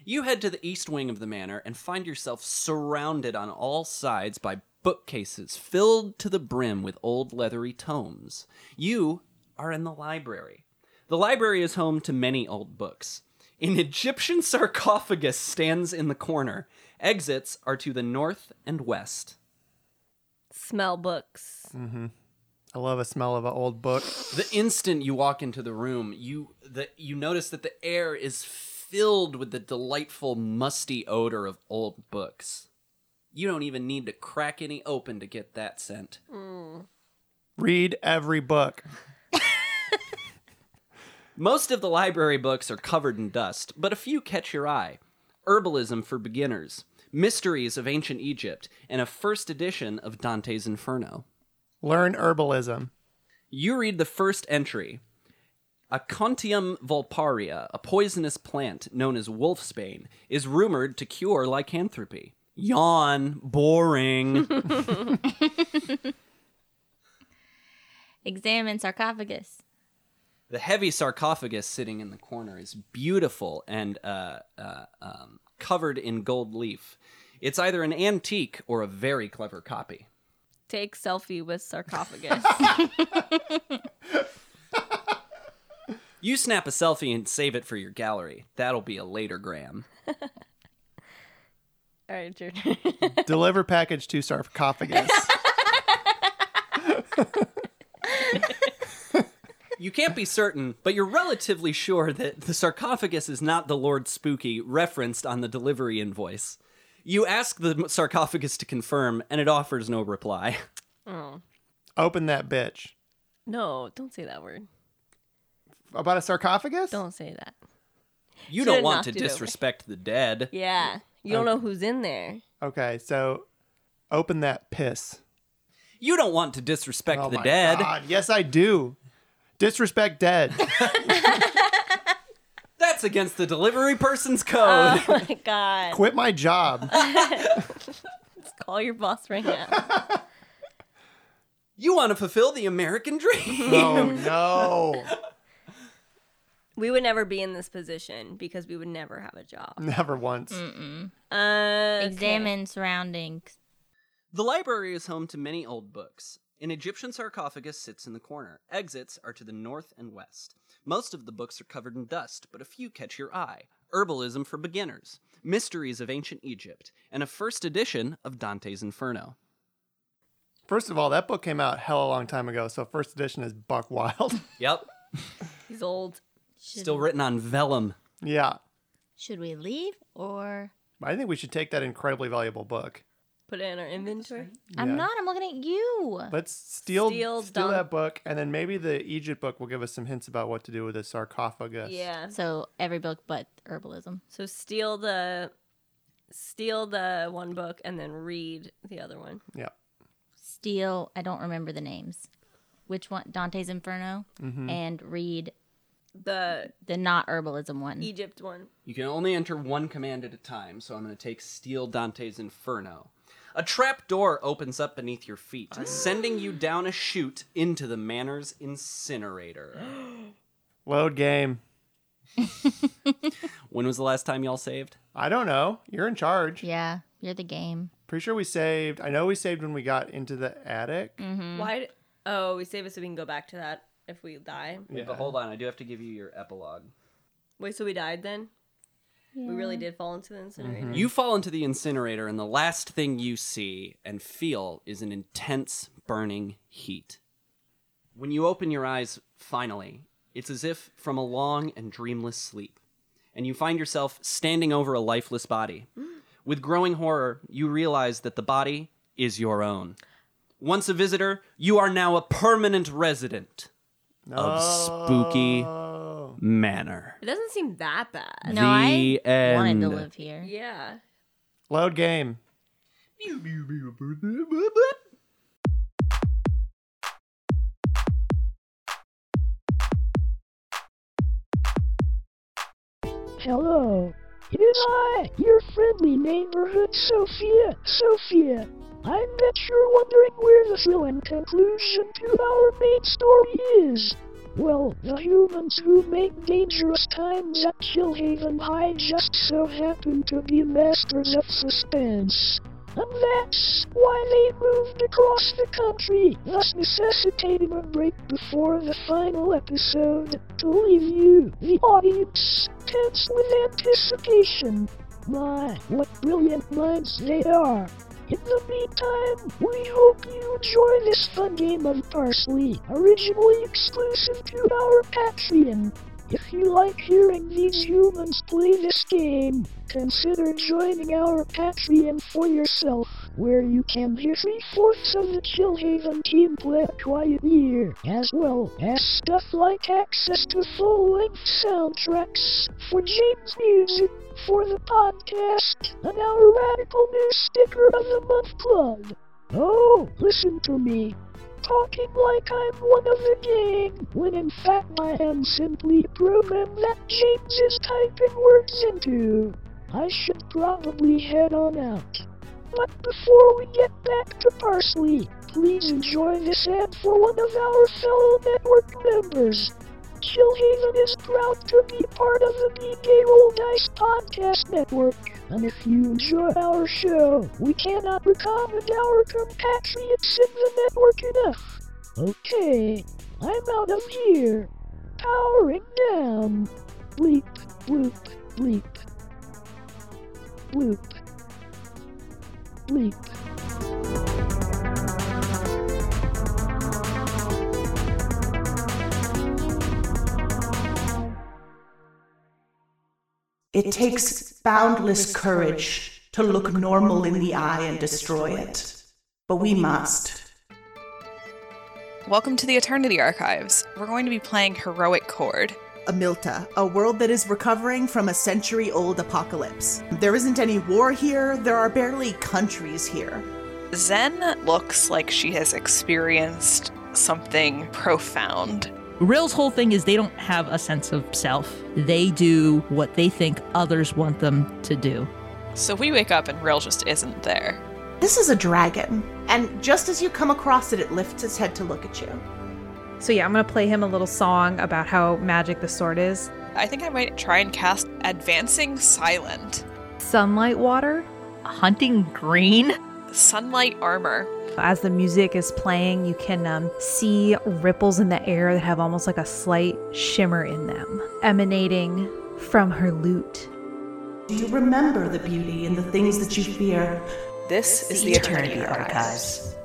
Speaker 2: You head to the east wing of the manor and find yourself surrounded on all sides by bookcases filled to the brim with old leathery tomes. You are in the library. The library is home to many old books. An Egyptian sarcophagus stands in the corner. Exits are to the north and west.
Speaker 4: Smell books.
Speaker 1: I love a smell of an old book.
Speaker 2: The instant you walk into the room, you the, you notice that the air is filled with the delightful musty odor of old books. You don't even need to crack any open to get that scent.
Speaker 1: Read every book.
Speaker 2: Most of the library books are covered in dust, but a few catch your eye. Herbalism for beginners, Mysteries of Ancient Egypt, and a first edition of Dante's Inferno.
Speaker 1: Learn herbalism.
Speaker 2: You read the first entry. Acontium vulparia, a poisonous plant known as wolfsbane, is rumored to cure lycanthropy. Yawn, boring.
Speaker 3: Examine sarcophagus.
Speaker 2: the heavy sarcophagus sitting in the corner is beautiful and uh, uh, um, covered in gold leaf. It's either an antique or a very clever copy.
Speaker 4: Take selfie with sarcophagus.
Speaker 2: You snap a selfie and save it for your gallery. That'll be a later gram.
Speaker 4: All right, your
Speaker 1: Deliver package to sarcophagus.
Speaker 2: You can't be certain, but you're relatively sure that the sarcophagus is not the Lord Spooky referenced on the delivery invoice. You ask the sarcophagus to confirm, and it offers no reply.
Speaker 4: Oh.
Speaker 1: Open that bitch.
Speaker 4: No, don't say that word.
Speaker 1: About a sarcophagus?
Speaker 4: Don't say that.
Speaker 2: You
Speaker 4: Should've
Speaker 2: don't want
Speaker 4: knocked
Speaker 2: to
Speaker 4: it over.
Speaker 2: disrespect the dead.
Speaker 4: Yeah. You don't know who's in there.
Speaker 1: Okay, so open that piss.
Speaker 2: You don't want to disrespect
Speaker 1: Oh
Speaker 2: the
Speaker 1: my
Speaker 2: dead.
Speaker 1: God, yes, I do. Disrespect dead.
Speaker 2: That's against the delivery person's code.
Speaker 4: Oh my god.
Speaker 1: Quit my job.
Speaker 4: Let's call your boss right now.
Speaker 2: You want to fulfill the American dream.
Speaker 1: Oh no.
Speaker 4: we would never be in this position because we would never have a job.
Speaker 1: Never once.
Speaker 4: Uh, okay.
Speaker 3: Examine surroundings.
Speaker 2: The library is home to many old books. An Egyptian sarcophagus sits in the corner. Exits are to the north and west. Most of the books are covered in dust, but a few catch your eye. Herbalism for Beginners, Mysteries of Ancient Egypt, and a first edition of Dante's Inferno.
Speaker 1: First of all, that book came out hell a long time ago, so first edition is buck wild.
Speaker 2: Yep.
Speaker 4: He's old.
Speaker 3: Should,
Speaker 2: Still written on vellum.
Speaker 1: yeah.
Speaker 3: should we leave or?
Speaker 1: I think we should take that incredibly valuable book.
Speaker 4: Put it in our inventory.
Speaker 1: Yeah.
Speaker 3: I'm not. I'm looking at you.
Speaker 1: Let's steal steal,
Speaker 4: Steal Dun-
Speaker 1: that book, and then maybe the Egypt book will give us some hints about what to do with the sarcophagus.
Speaker 4: Yeah.
Speaker 3: So every book but herbalism.
Speaker 4: So steal the steal the one book and then read the other one.
Speaker 1: Yeah.
Speaker 3: Steal. I don't remember the names. Which one? Dante's Inferno and read
Speaker 4: The
Speaker 3: the not herbalism one.
Speaker 4: Egypt one.
Speaker 2: You can only enter one command at a time, so I'm going to take Steal Dante's Inferno. A trap door opens up beneath your feet, sending you down a chute into the manor's incinerator.
Speaker 1: Load game.
Speaker 2: When was the last time y'all saved?
Speaker 1: I don't know. You're in charge.
Speaker 3: Yeah, you're the game.
Speaker 1: Pretty sure we saved. I know we saved when we got into the attic.
Speaker 4: Why? d- Oh, we save it so we can go back to that if we die.
Speaker 2: Wait, But hold on, I do have to give you your epilogue.
Speaker 4: Wait, so we died then? We really did fall into the incinerator.
Speaker 2: You fall into the incinerator, and the last thing you see and feel is an intense burning heat. When you open your eyes, finally, it's as if from a long and dreamless sleep, and you find yourself standing over a lifeless body. With growing horror, you realize that the body is your own. Once a visitor, you are now a permanent resident of Spooky
Speaker 1: Oh.
Speaker 2: Manor.
Speaker 4: It doesn't seem that bad.
Speaker 3: No,
Speaker 2: The
Speaker 3: I wanted to
Speaker 2: end.
Speaker 3: live here.
Speaker 4: Yeah.
Speaker 1: Load game.
Speaker 5: Hello. It is I, your friendly neighborhood Sophia. Sophia, I bet you're wondering where the thrill and conclusion to our main story is. Well, the humans who make dangerous times at Killhaven High just so happen to be masters of suspense. And that's why they moved across the country, thus necessitating a break before the final episode to leave you, the audience, tense with anticipation. My, what brilliant minds they are! In the meantime, we hope you enjoy this fun game of Parsley, originally exclusive to our Patreon. If you like hearing these humans play this game, consider joining our Patreon for yourself, where you can hear three fourths of the Chillhaven team play a quiet year, as well as stuff like access to full length soundtracks for James Music. For the podcast, and our radical new sticker of the month plug. Oh, listen to me talking like I'm one of the gang, when in fact I am simply a program that James is typing words into. I should probably head on out. But before we get back to Parsley, please enjoy this ad for one of our fellow network members. Chillhaven is proud to be part of the BK Roll Dice Podcast Network, and if you enjoy our show, we cannot recommend our compatriots in the network enough. Okay, I'm out of here. powering down. Bleep, bloop, bleep. Bloop. Bleep.
Speaker 6: It takes boundless courage to look normal in the eye and destroy it. But we must.
Speaker 7: Welcome to the Eternity Archives. We're going to be playing Heroic Chord.
Speaker 6: Amilta, a world that is recovering from a century old apocalypse. There isn't any war here, there are barely countries here.
Speaker 7: Zen looks like she has experienced something profound.
Speaker 8: Rill's whole thing is they don't have a sense of self. They do what they think others want them to do.
Speaker 7: So we wake up and Rill just isn't there.
Speaker 6: This is a dragon, and just as you come across it, it lifts its head to look at you.
Speaker 9: So yeah, I'm gonna play him a little song about how magic the sword is.
Speaker 7: I think I might try and cast Advancing Silent,
Speaker 9: Sunlight water.
Speaker 8: Hunting green?
Speaker 7: Sunlight Armor.
Speaker 9: As the music is playing, you can um, see ripples in the air that have almost like a slight shimmer in them, emanating from her lute.
Speaker 6: Do you remember the beauty and the things that you fear?
Speaker 7: This is the Eternity Archives.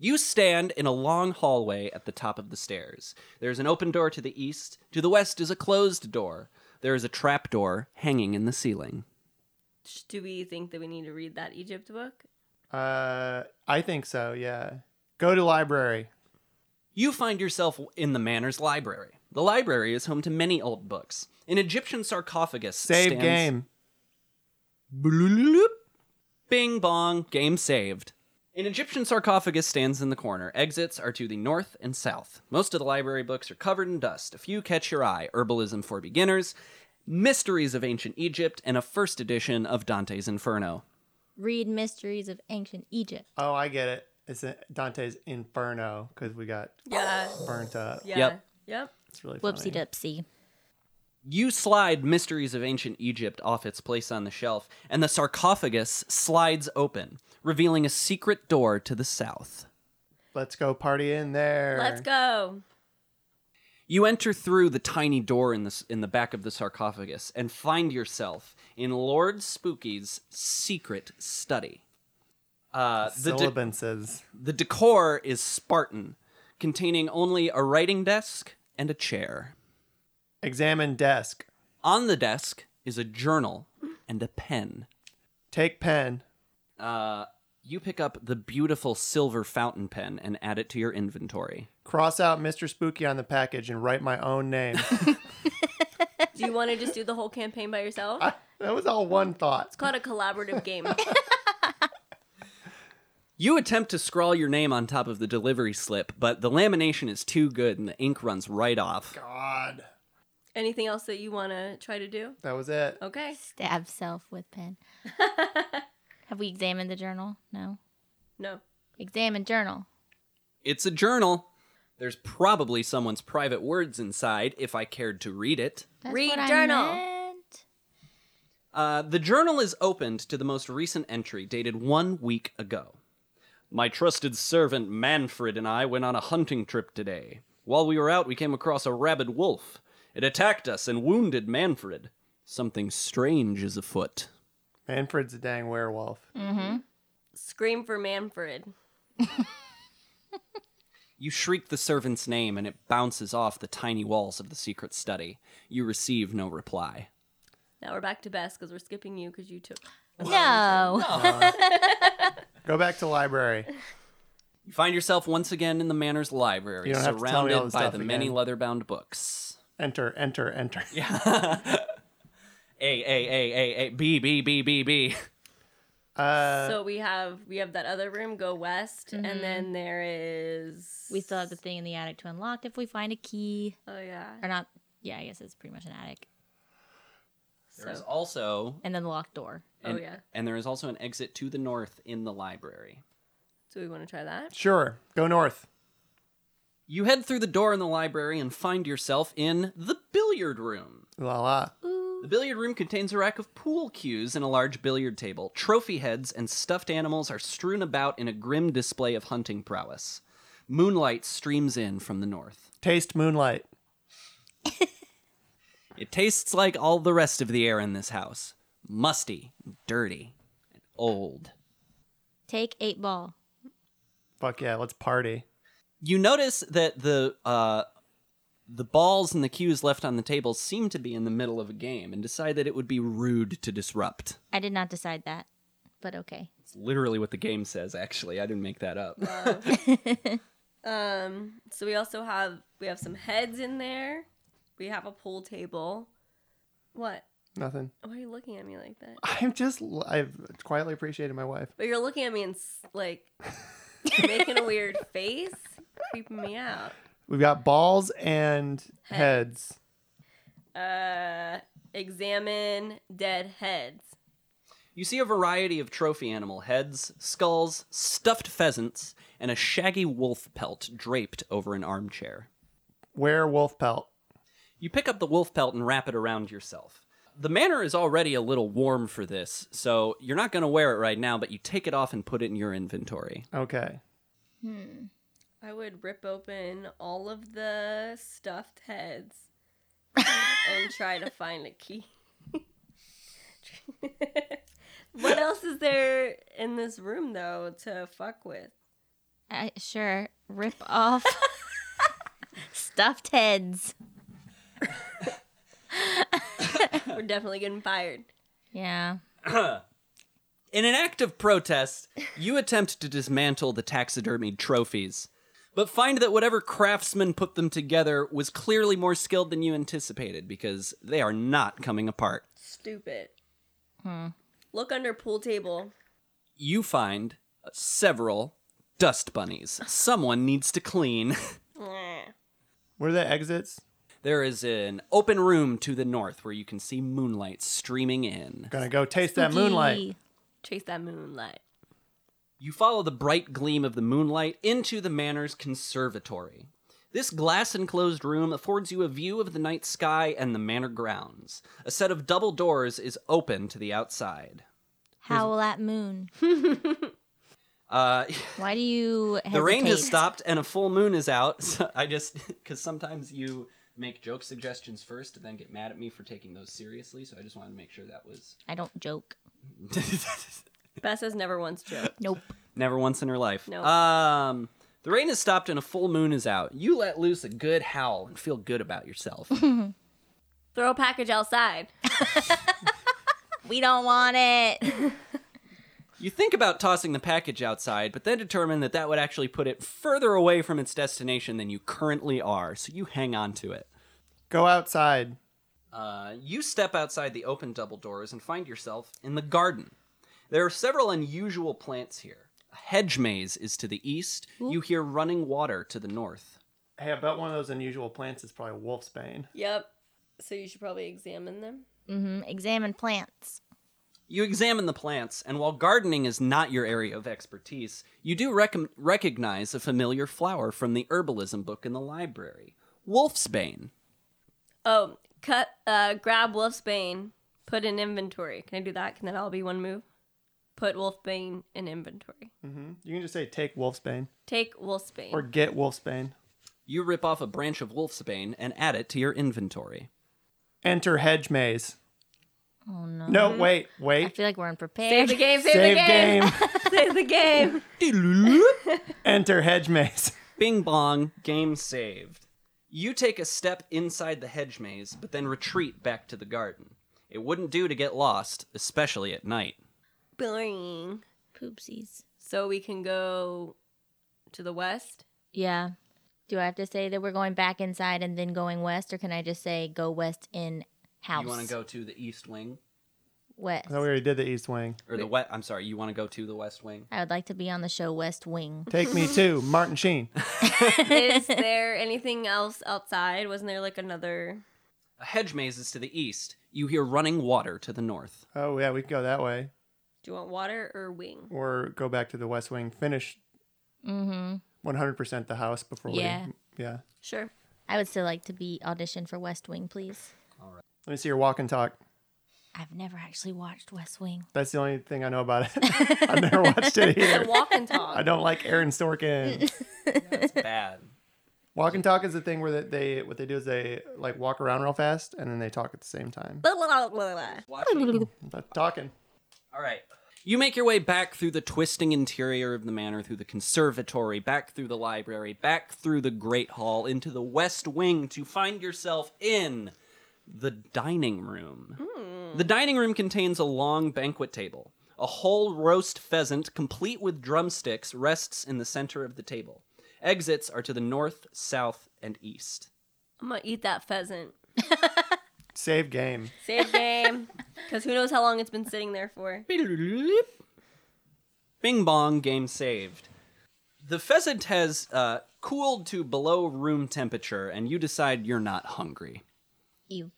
Speaker 2: You stand in a long hallway at the top of the stairs. There is an open door to the east. To the west is a closed door. There is a trap door hanging in the ceiling.
Speaker 4: Sh- Do we think that we need to read that Egypt book?
Speaker 1: Uh, I think so. Yeah. Go to library.
Speaker 2: You find yourself in the manor's library. The library is home to many old books. An Egyptian sarcophagus
Speaker 1: Save
Speaker 2: stands-
Speaker 1: game.
Speaker 2: Bloop. Bing bong, game saved. An Egyptian sarcophagus stands in the corner. Exits are to the north and south. Most of the library books are covered in dust. A few catch your eye Herbalism for Beginners, Mysteries of Ancient Egypt, and a first edition of Dante's Inferno.
Speaker 3: Read Mysteries of Ancient Egypt.
Speaker 1: Oh, I get it. It's in- Dante's Inferno because we got
Speaker 4: Yeah.
Speaker 1: burnt up.
Speaker 4: Yeah.
Speaker 2: Yep.
Speaker 4: Yep.
Speaker 1: It's really funny.
Speaker 3: Whoopsie dupsie.
Speaker 2: You slide Mysteries of Ancient Egypt off its place on the shelf, and the sarcophagus slides open, revealing a secret door to the south.
Speaker 1: Let's go party in there.
Speaker 4: Let's go.
Speaker 2: You enter through the tiny door in the s- in the back of the sarcophagus and find yourself in Lord Spooky's secret study. Uh, the, de-
Speaker 1: Syllabances.
Speaker 2: the decor is Spartan, containing only a writing desk and a chair.
Speaker 1: Examine desk.
Speaker 2: On the desk is a journal and a pen.
Speaker 1: Take pen.
Speaker 2: Uh, you pick up the beautiful silver fountain pen and add it to your inventory.
Speaker 1: Cross out Mr. Spooky on the package and write my own name.
Speaker 4: Do you want to just do the whole campaign by yourself?
Speaker 1: I- that was all one thought.
Speaker 4: It's called a collaborative game.
Speaker 2: You attempt to scrawl your name on top of the delivery slip, but the lamination is too good and the ink runs right off.
Speaker 1: God.
Speaker 4: Anything else that you want to try to do?
Speaker 1: That was it.
Speaker 4: Okay.
Speaker 3: Stab self with pen. Have we examined the journal? No.
Speaker 4: No.
Speaker 3: Examine journal.
Speaker 2: It's a journal. There's probably someone's private words inside if I cared to read it.
Speaker 3: That's
Speaker 4: Read
Speaker 3: what I
Speaker 4: journal.
Speaker 3: meant.
Speaker 2: Uh, the journal is opened to the most recent entry, dated one week ago. My trusted servant Manfred and I went on a hunting trip today. While we were out, we came across a rabid wolf. It attacked us and wounded Manfred. Something strange is afoot.
Speaker 1: Manfred's a dang werewolf.
Speaker 4: Scream for Manfred.
Speaker 2: You shriek the servant's name, and it bounces off the tiny walls of the secret study. You receive no reply.
Speaker 4: Now we're back to Bess because we're skipping you because you took.
Speaker 3: No.
Speaker 1: Go back to library.
Speaker 2: You find yourself once again in the manor's library,
Speaker 1: You don't have to tell me
Speaker 2: surrounded
Speaker 1: all this
Speaker 2: by
Speaker 1: stuff
Speaker 2: the many
Speaker 1: again.
Speaker 2: leather-bound books.
Speaker 1: Enter, enter, enter.
Speaker 2: Yeah. a A A A A B B B B B.
Speaker 1: Uh,
Speaker 4: so we have we have that other room. Go west, and then there is.
Speaker 3: we still have the thing in the attic to unlock if we find a key.
Speaker 4: Oh yeah.
Speaker 3: Or not. Yeah, I guess it's pretty much an attic.
Speaker 2: There's
Speaker 4: So,
Speaker 2: also
Speaker 3: And then the locked door.
Speaker 4: oh
Speaker 2: an-
Speaker 4: yeah.
Speaker 2: and there is also an exit to the north in the library.
Speaker 4: So So we want to try that.
Speaker 1: Sure. Go north.
Speaker 2: You head through the door in the library and find yourself in the billiard room.
Speaker 1: La la.
Speaker 2: The billiard room contains a rack of pool cues and a large billiard table. Trophy heads and stuffed animals are strewn about in a grim display of hunting prowess. Moonlight streams in from the north.
Speaker 1: Taste moonlight.
Speaker 2: It tastes like all the rest of the air in this house musty, dirty, and old.
Speaker 3: Take eight ball.
Speaker 1: Fuck yeah, let's party.
Speaker 2: You notice that the uh, the balls and the cues left on the table seem to be in the middle of a game, and decide that it would be rude to disrupt.
Speaker 3: I did not decide that, but okay.
Speaker 2: It's literally what the game says. Actually, I didn't make that up.
Speaker 4: Um, so we also have we have some heads in there. We have a pool table. What?
Speaker 1: Nothing.
Speaker 4: Why are you looking at me like that?
Speaker 1: I'm just, I've quietly appreciated my wife.
Speaker 4: But you're looking at me and s- like making a weird face, creeping me out.
Speaker 1: We've got balls and heads.
Speaker 4: Uh, examine dead heads.
Speaker 2: You see a variety of trophy animal heads, skulls, stuffed pheasants, and a shaggy wolf pelt draped over an armchair.
Speaker 1: Wear wolf pelt.
Speaker 2: You pick up the wolf pelt and wrap it around yourself. The manor is already a little warm for this, so you're not going to wear it right now, but you take it off and put it in your inventory.
Speaker 1: Okay.
Speaker 4: I would rip open all of the stuffed heads and try to find a key. what else is there in this room though to fuck with?
Speaker 3: I, sure. Rip off stuffed heads.
Speaker 4: We're definitely getting fired.
Speaker 3: Yeah.
Speaker 2: In an act of protest, you attempt to dismantle the taxidermied trophies, but find that whatever craftsman put them together was clearly more skilled than you anticipated because they are not coming apart.
Speaker 4: Stupid. Look under pool table.
Speaker 2: You find several dust bunnies. Someone needs to clean.
Speaker 1: Where are the exits?
Speaker 2: There is an open room to the north where you can see moonlight streaming in.
Speaker 1: Gonna go taste that moonlight.
Speaker 3: Gee.
Speaker 4: Chase that moonlight.
Speaker 2: You follow the bright gleam of the moonlight into the manor's conservatory. This glass enclosed room affords you a view of the night sky and the manor grounds. A set of double doors is open to the outside.
Speaker 3: Howl at moon.
Speaker 2: Uh,
Speaker 3: Why do you hesitate?
Speaker 2: the rain has stopped and a full moon is out. So I just, because sometimes you make joke suggestions first and then get mad at me for taking those seriously, so I just wanted to make sure that was.
Speaker 3: I don't joke.
Speaker 4: Bess has never once joked.
Speaker 3: Nope.
Speaker 2: Never once in her life.
Speaker 4: No.
Speaker 2: Um, the rain has stopped and a full moon is out. You let loose a good howl and feel good about yourself.
Speaker 4: Throw a package outside.
Speaker 3: We don't want it.
Speaker 2: you think about tossing the package outside, but then determine that that would actually put it further away from its destination than you currently are, so you hang on to it.
Speaker 1: Go outside.
Speaker 2: Uh, you step outside the open double doors and find yourself in the garden. There are several unusual plants here. A hedge maze is to the east. You hear running water to the north.
Speaker 1: Hey, I bet one of those unusual plants is probably wolf's bane.
Speaker 4: yep. So you should probably examine them.
Speaker 3: hmm Examine plants.
Speaker 2: You examine the plants, and while gardening is not your area of expertise, you do recom recognize a familiar flower from the herbalism book in the library wolfsbane.
Speaker 4: Oh, cut. Uh, grab Wolfsbane. Put in inventory. Can I do that? Can that all be one move? Put Wolfsbane in inventory.
Speaker 1: hmm You can just say take wolf's bane
Speaker 4: Take Wolfsbane.
Speaker 1: or get wolf's bane.
Speaker 2: You rip off a branch of wolfsbane and add it to your inventory.
Speaker 1: Enter hedge maze.
Speaker 3: Oh no.
Speaker 1: No, wait,
Speaker 3: I
Speaker 1: wait.
Speaker 3: feel like we're unprepared.
Speaker 4: save the game. Save,
Speaker 1: Save
Speaker 4: the game.
Speaker 1: game.
Speaker 4: save the game.
Speaker 1: Enter hedge maze.
Speaker 2: Bing bong, game saved. You take a step inside the hedge maze, but then retreat back to the garden. It wouldn't do to get lost, especially at night.
Speaker 4: Boing.
Speaker 3: Poopsies.
Speaker 4: So we can go to the west.
Speaker 3: Yeah. Do I have to say that we're going back inside and then going west, or can I just say go west in house?
Speaker 2: You want to go to the east wing?
Speaker 3: west?
Speaker 1: I thought we already did the east wing.
Speaker 2: Or the west? I'm sorry, you want to go to the west wing?
Speaker 3: I would like to be on the show West Wing.
Speaker 1: Take me to Martin Sheen.
Speaker 4: Is there anything else outside? Wasn't there like another?
Speaker 2: A hedge maze is to the east. You hear running water to the north.
Speaker 1: Oh yeah, we can go that way
Speaker 4: Do you want water or wing?
Speaker 1: or go back to the west wing. Finish
Speaker 3: Mm-hmm.
Speaker 1: 100% the house before
Speaker 3: Yeah.
Speaker 1: we. Yeah.
Speaker 4: Sure.
Speaker 3: I would still like to be auditioned for West Wing, please.
Speaker 1: Let me see your walk and talk.
Speaker 3: I've never actually watched West Wing.
Speaker 1: That's the only thing I know about it. I've never watched it either.
Speaker 4: Walk and
Speaker 1: I
Speaker 4: talk.
Speaker 1: don't like Aaron Sorkin.
Speaker 2: That's bad.
Speaker 1: Walk and talk is the thing where that they what they do is they like walk around real fast and then they talk at the same time.
Speaker 4: Blah, blah, blah, blah.
Speaker 1: But talking.
Speaker 2: All right. You make your way back through the twisting interior of the manor, through the conservatory, back through the library, back through the Great Hall, into the West Wing to find yourself in the dining room. The dining room contains a long banquet table. A whole roast pheasant, complete with drumsticks, rests in the center of the table. Exits are to the north, south, and east.
Speaker 4: I'm gonna eat that pheasant.
Speaker 1: Save game.
Speaker 4: Save game. Because who knows how long it's been sitting there for.
Speaker 2: Bing bong, game saved. The pheasant has uh, cooled to below room temperature, and you decide you're not hungry.
Speaker 3: You.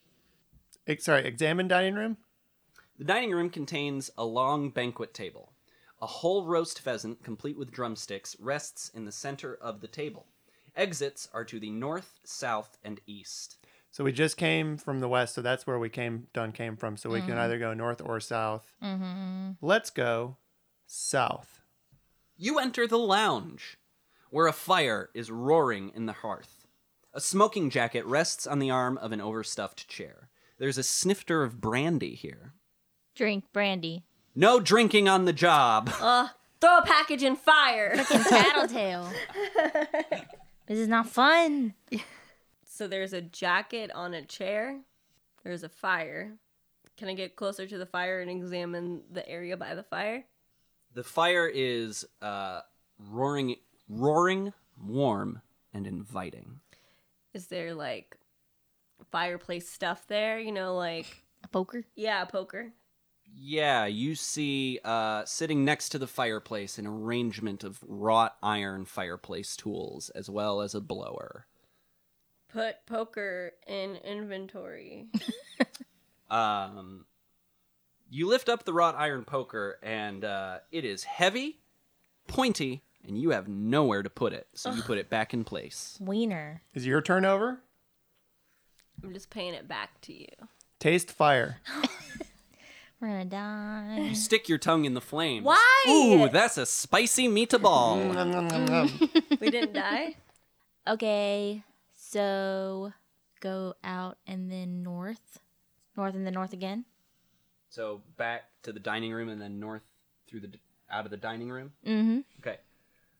Speaker 1: Ex- sorry, examine dining room.
Speaker 2: The dining room contains a long banquet table. A whole roast pheasant, complete with drumsticks, rests in the center of the table. Exits are to the north, south, and east.
Speaker 1: So we just came from the west, so that's where we came done came from. So we can either go north or south. Let's go south.
Speaker 2: You enter the lounge, where a fire is roaring in the hearth. A smoking jacket rests on the arm of an overstuffed chair. There's a snifter of brandy here.
Speaker 3: Drink brandy.
Speaker 2: No drinking on the job.
Speaker 4: Throw a package in fire.
Speaker 3: Fucking tattletale. this is not fun.
Speaker 4: so there's a jacket on a chair. There's a fire. Can I get closer to the fire and examine the area by the fire?
Speaker 2: The fire is uh, roaring, roaring, warm, and inviting.
Speaker 4: Is there like fireplace stuff there? You know, like,
Speaker 3: A poker.
Speaker 4: yeah, poker.
Speaker 2: Yeah, you see, uh, sitting next to the fireplace, an arrangement of wrought iron fireplace tools, as well as a blower.
Speaker 4: Put poker in inventory.
Speaker 2: Um, you lift up the wrought iron poker, and uh, it is heavy, pointy, and you have nowhere to put it, so you put it back in place.
Speaker 3: Wiener.
Speaker 1: Is your turnover?
Speaker 4: I'm just paying it back to you.
Speaker 1: Taste fire.
Speaker 3: We're gonna die.
Speaker 2: You stick your tongue in the flames.
Speaker 4: Why?
Speaker 2: Ooh, that's a spicy meatball.
Speaker 1: Nom, nom, nom, nom.
Speaker 4: We didn't die?
Speaker 3: Okay, so go out and then north. North and then north again.
Speaker 2: So back to the dining room and then north through the d- out of the dining room.
Speaker 3: Mm-hmm.
Speaker 2: Okay.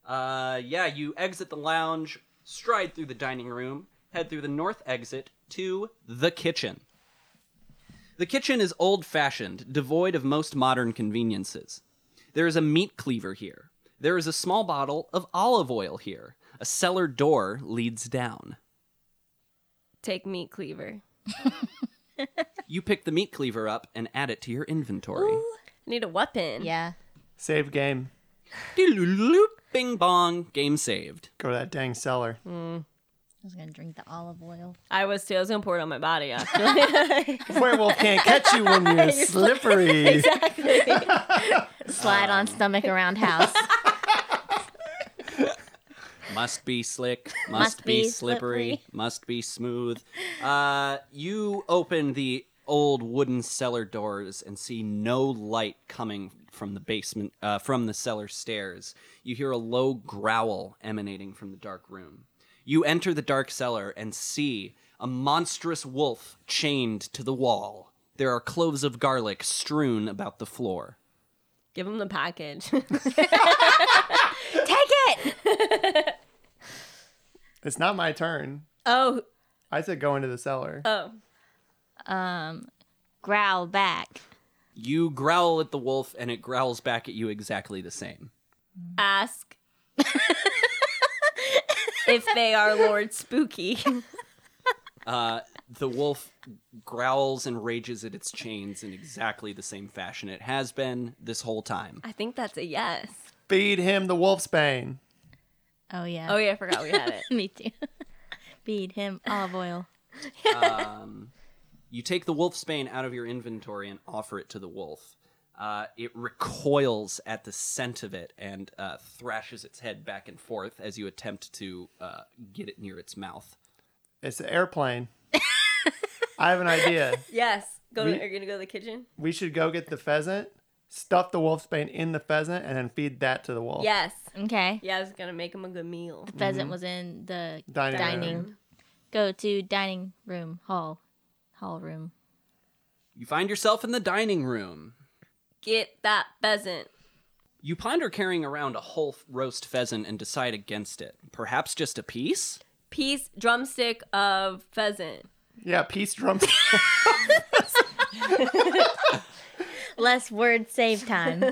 Speaker 2: Uh, yeah, you exit the lounge, stride through the dining room, head through the north exit to the kitchen. The kitchen is old fashioned, devoid of most modern conveniences. There is a meat cleaver here. There is a small bottle of olive oil here. A cellar door leads down.
Speaker 4: Take meat cleaver.
Speaker 2: You pick the meat cleaver up and add it to your inventory.
Speaker 4: Need a weapon.
Speaker 3: Yeah.
Speaker 1: Save game.
Speaker 2: Doodle-loop, Bing bong, game saved.
Speaker 1: Go to that dang cellar.
Speaker 3: I was gonna drink the olive oil.
Speaker 4: I was too. I was gonna pour it on my body. Actually,
Speaker 1: Werewolf can't catch you when you're slippery.
Speaker 3: Slide on stomach around house.
Speaker 2: Must be slick, must,
Speaker 3: Must
Speaker 2: be,
Speaker 3: be
Speaker 2: slippery,
Speaker 3: slippery.
Speaker 2: must be smooth. Uh, you open the old wooden cellar doors and see no light coming from the basement, uh, from the cellar stairs. You hear a low growl emanating from the dark room. You enter the dark cellar and see a monstrous wolf chained to the wall. There are cloves of garlic strewn about the floor.
Speaker 4: give him the package.
Speaker 3: Take it.
Speaker 1: it's not my turn.
Speaker 4: oh,
Speaker 1: I said go into the cellar.
Speaker 4: oh,
Speaker 3: Growl back.
Speaker 2: You growl at the wolf, and it growls back at you exactly the same.
Speaker 4: ask if they are Lord Spooky.
Speaker 2: Uh, the wolf growls and rages at its chains in exactly the same fashion it has been this whole time.
Speaker 4: I think that's a yes.
Speaker 1: Feed him the wolf's bane.
Speaker 3: Oh yeah.
Speaker 4: Oh yeah, I forgot we had it.
Speaker 3: Me too. Feed him olive oil.
Speaker 2: You take the wolf's bane out of your inventory and offer it to the wolf. Uh, it recoils at the scent of it and uh, thrashes its head back and forth as you attempt to uh, get it near its mouth.
Speaker 1: It's an airplane. I have an idea.
Speaker 4: Yes. Go
Speaker 1: We-
Speaker 4: to, are you gonna go to the kitchen?
Speaker 1: We should go get the pheasant, stuff the wolf's bane in the pheasant, and then feed that to the wolf.
Speaker 4: Yes.
Speaker 3: Okay.
Speaker 4: Yeah, I was gonna make him a good meal.
Speaker 3: The pheasant was in the
Speaker 1: Dining room.
Speaker 3: dining. Go to dining room hall, hall room.
Speaker 2: You find yourself in the dining room.
Speaker 4: Get that pheasant.
Speaker 2: You ponder carrying around a whole roast pheasant and decide against it. Perhaps just a piece?
Speaker 4: Piece drumstick of pheasant.
Speaker 1: Yeah, peace drum.
Speaker 3: Less word save time.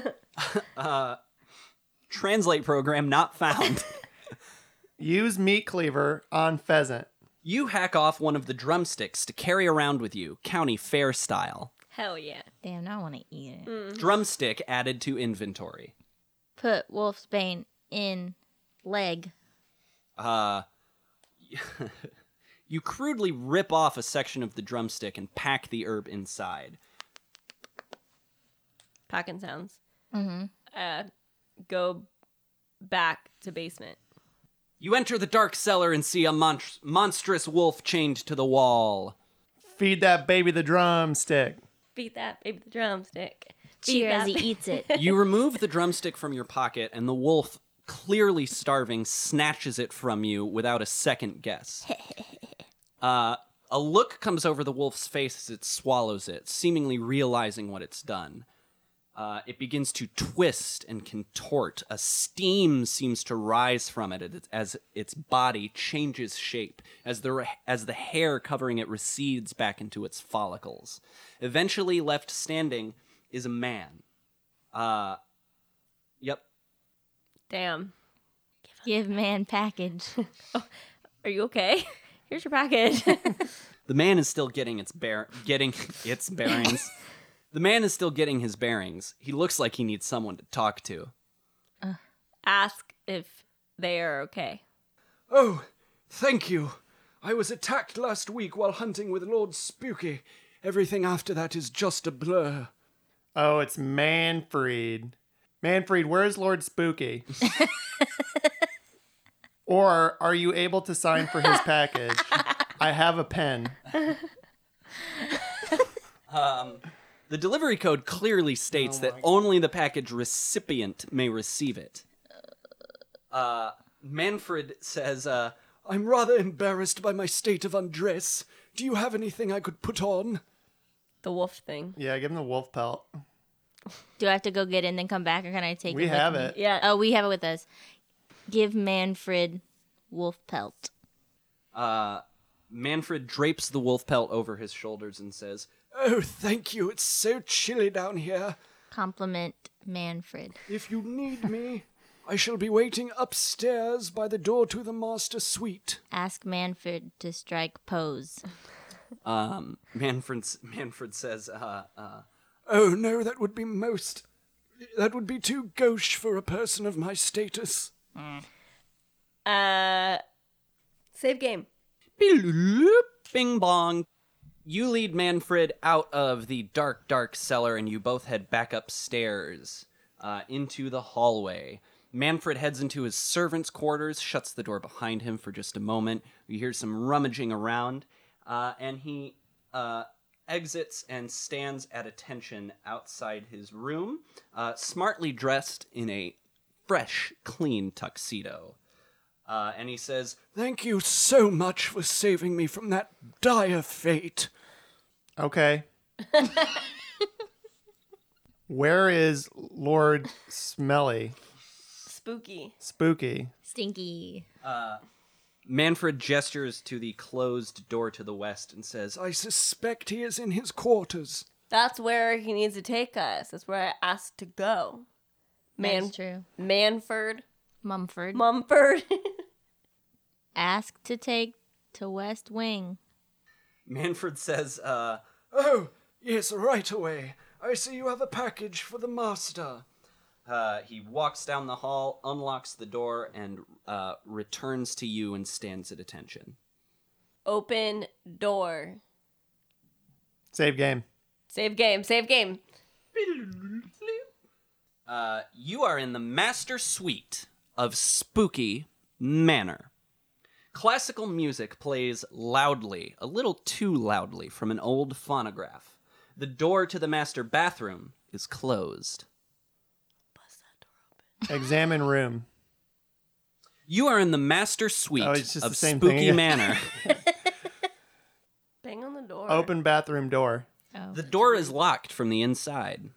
Speaker 2: Translate program not found.
Speaker 1: Use meat cleaver on pheasant.
Speaker 2: you hack off one of the drumsticks to carry around with you, county fair style.
Speaker 4: Hell yeah.
Speaker 3: Damn, now I want to eat it.
Speaker 4: Mm.
Speaker 2: Drumstick added to inventory.
Speaker 3: Put wolf's bane in leg.
Speaker 2: Uh, you crudely rip off a section of the drumstick and pack the herb inside.
Speaker 4: Packing sounds.
Speaker 3: Mm-hmm.
Speaker 4: Uh, go back to basement.
Speaker 2: You enter the dark cellar and see a mon- monstrous wolf chained to the wall.
Speaker 1: Feed that baby the drumstick.
Speaker 4: Beat that baby the drumstick. Beat
Speaker 3: Cheer as
Speaker 4: that
Speaker 3: he
Speaker 4: ba-
Speaker 3: eats it.
Speaker 2: You remove the drumstick from your pocket, and the wolf, clearly starving, snatches it from you without a second guess. Uh, a look comes over the wolf's face as it swallows it, seemingly realizing what it's done. Uh, it begins to twist and contort. A steam seems to rise from it as- as its body changes shape, as the, re- as the hair covering it recedes back into its follicles. Eventually, left standing is a man. Uh, yep.
Speaker 4: Damn.
Speaker 3: Give man package.
Speaker 4: Are you okay? Here's your package.
Speaker 2: The man is still getting its bear getting its bearings. the man is still getting his bearings. He looks like he needs someone to talk to.
Speaker 4: Ask if they are okay.
Speaker 2: Oh, thank you. I was attacked last week while hunting with Lord Spooky. Everything after that is just a blur.
Speaker 1: Oh, it's Manfred. Manfred, where's Lord Spooky? or are you able to sign for his package? I have a pen.
Speaker 2: The delivery code clearly states that only the package recipient may receive it. Uh, Manfred says, uh, I'm rather embarrassed by my state of undress. Do you have anything I could put on?
Speaker 4: The wolf thing.
Speaker 1: Yeah, give him the wolf pelt.
Speaker 3: Do I have to go get it and then come back, or can I take
Speaker 1: We
Speaker 3: it? with
Speaker 1: have
Speaker 3: me?
Speaker 1: it.
Speaker 4: Yeah.
Speaker 3: Oh, we have it with us. Give Manfred wolf pelt.
Speaker 2: Uh, Manfred drapes the wolf pelt over his shoulders and says, Oh, thank you. It's so chilly down here.
Speaker 3: Compliment Manfred.
Speaker 2: If you need me, I shall be waiting upstairs by the door to the master suite.
Speaker 3: Ask Manfred to strike pose.
Speaker 2: Um, Manfred, Manfred says, uh, uh, Oh, no, that would be most. That would be too gauche for a person of my status.
Speaker 4: Uh, save game.
Speaker 2: Bing bong. You lead Manfred out of the dark, dark cellar, and you both head back upstairs uh, into the hallway. Manfred heads into his servants' quarters, shuts the door behind him for just a moment. You hear some rummaging around, uh, and he uh, exits and stands at attention outside his room, uh, smartly dressed in a fresh, clean tuxedo. Uh, and he says, Thank you so much for saving me from that dire fate.
Speaker 1: Okay. Where is Lord Smelly?
Speaker 4: Spooky.
Speaker 1: Spooky.
Speaker 3: Stinky.
Speaker 2: Manfred gestures to the closed door to the west and says, "Oh, I suspect he is in his quarters.
Speaker 4: That's where he needs to take us. That's where I asked to go. Man-
Speaker 3: That's true.
Speaker 4: Manford.
Speaker 3: Mumford.
Speaker 4: Mumford.
Speaker 3: Ask to take to West Wing.
Speaker 2: Manfred says, uh, Oh, yes, right away. I see you have a package for the master. Uh, he walks down the hall, unlocks the door, and uh, returns to you and stands at attention.
Speaker 4: Open door.
Speaker 1: Save game.
Speaker 4: Save game. Save game.
Speaker 2: Uh, you are in the master suite of Spooky Manor. Classical music plays loudly, a little too loudly, from an old phonograph. The door to the master bathroom is closed.
Speaker 1: Examine room.
Speaker 2: You are in the master suite
Speaker 1: Oh, it's just
Speaker 2: of
Speaker 1: the same
Speaker 2: Spooky
Speaker 1: thing again.
Speaker 2: Manor.
Speaker 4: Bang on the door.
Speaker 1: Open bathroom door.
Speaker 3: Oh.
Speaker 2: the door is locked from the inside.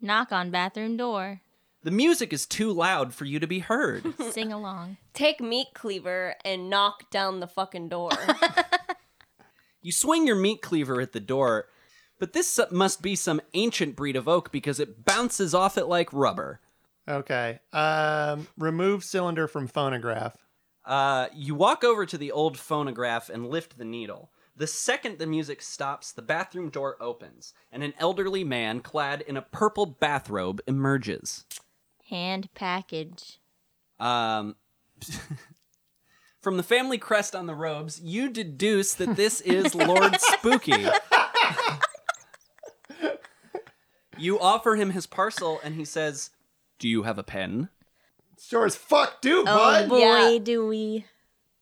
Speaker 3: Knock on bathroom door.
Speaker 2: The music is too loud for you to be heard.
Speaker 3: Sing along.
Speaker 4: Take meat cleaver and knock down the fucking door.
Speaker 2: You swing your meat cleaver at the door, but this su- must be some ancient breed of oak because it bounces off it like rubber.
Speaker 1: Okay. Um, remove cylinder from phonograph.
Speaker 2: Uh, you walk over to the old phonograph and lift the needle. The second the music stops, the bathroom door opens, and an elderly man clad in a purple bathrobe emerges.
Speaker 3: Hand package.
Speaker 2: Um, from the family crest on the robes, you deduce that this is Lord Spooky. you offer him his parcel, and he says, Do you have a pen?
Speaker 1: Sure as fuck do,
Speaker 3: Oh
Speaker 1: bud.
Speaker 3: boy,
Speaker 4: Yeah.
Speaker 3: do we.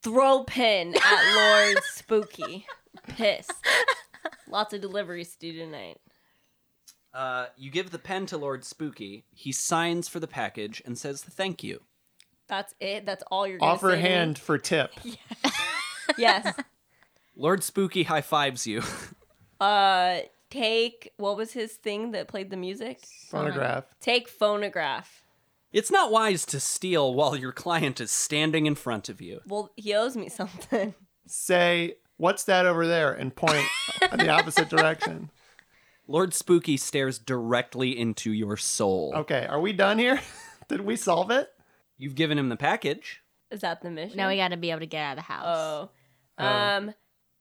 Speaker 4: Throw pin at Lord Spooky. Piss. Lots of deliveries to do tonight.
Speaker 2: Uh, you give the pen to Lord Spooky. He signs for the package and says, Thank you.
Speaker 4: That's it. That's all you're gonna say
Speaker 1: Offer
Speaker 4: to me?
Speaker 1: hand for tip.
Speaker 4: Yes.
Speaker 2: Lord Spooky high fives you.
Speaker 4: Uh, take what was his thing that played the music?
Speaker 1: Phonograph.
Speaker 4: Take phonograph.
Speaker 2: it's not wise to steal while your client is standing in front of you.
Speaker 4: Well, he owes me something.
Speaker 1: Say, what's that over there? And point in the opposite direction.
Speaker 2: Lord Spooky stares directly into your soul.
Speaker 10: Oh.
Speaker 1: Okay. Are we done here? Did we solve it?
Speaker 2: You've given him the package.
Speaker 4: Is that the mission?
Speaker 3: Now we gotta be able to get out of the house.
Speaker 4: Oh. Um. man-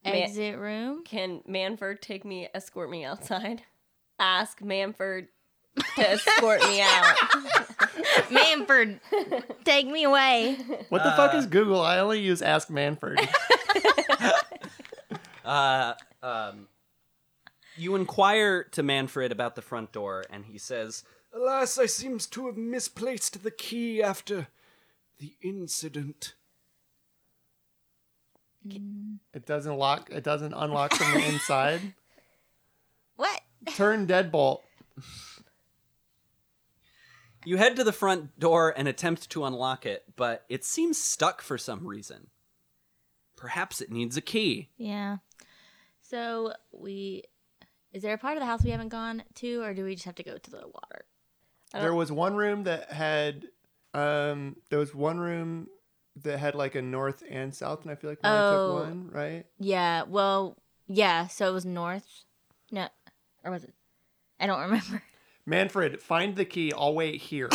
Speaker 3: Exit room.
Speaker 4: Can Manford take me, escort me outside? Ask Manford to escort me out.
Speaker 3: Manford, take me away.
Speaker 1: What the fuck is Google? I only use Ask Manford.
Speaker 2: Uh, um, you inquire to Manfred about the front door, and he says,
Speaker 10: Alas, I seems to have misplaced the key after the incident.
Speaker 1: it doesn't lock. It doesn't unlock from the inside.
Speaker 3: What?
Speaker 1: Turn deadbolt.
Speaker 2: You head to the front door and attempt to unlock it, but it seems stuck for some reason. Perhaps it needs a key.
Speaker 3: Yeah. So we. Is there a part of the house we haven't gone to, or do we just have to go to the water?
Speaker 1: There was one room that had, um, there was one room that had like a north and south, and I feel like we
Speaker 3: Oh.
Speaker 1: only took one, right?
Speaker 3: Yeah. Well. Yeah. So it was north. No, or was it? I don't remember.
Speaker 1: Manfred, find the key. I'll wait here.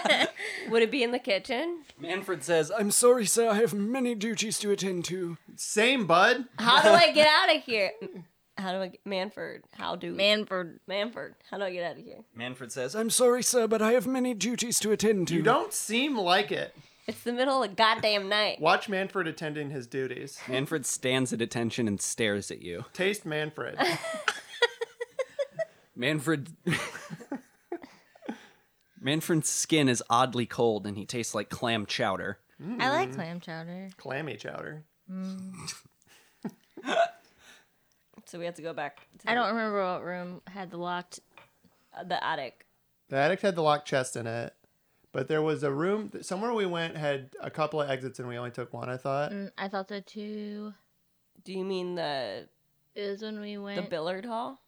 Speaker 4: Would it be in the kitchen?
Speaker 2: Manfred says,
Speaker 10: I'm sorry, sir, I have many duties to attend to.
Speaker 1: Same, bud.
Speaker 4: How do I get out of here? How do I get Manford? How do
Speaker 3: Manford.
Speaker 4: Manford? How do I get out of here?
Speaker 2: Manfred says,
Speaker 10: I'm sorry, sir, but I have many duties to attend to.
Speaker 1: You don't seem like it.
Speaker 4: It's the middle of goddamn night.
Speaker 1: Watch Manfred attending his duties.
Speaker 2: Manfred stands at attention and stares at you.
Speaker 1: Taste Manfred.
Speaker 2: Manfred. Manfred's skin is oddly cold and he tastes like clam chowder.
Speaker 3: I like clam chowder.
Speaker 1: Clammy chowder.
Speaker 4: So we have to go back to
Speaker 3: I don't remember what room had the locked.
Speaker 4: the attic.
Speaker 1: The attic had the locked chest in it, but there was a room somewhere we went had a couple of exits, and we only took one. I thought.
Speaker 3: Mm, I thought the two
Speaker 4: Do you mean the
Speaker 3: is when we
Speaker 4: the
Speaker 3: went.
Speaker 4: billiard hall?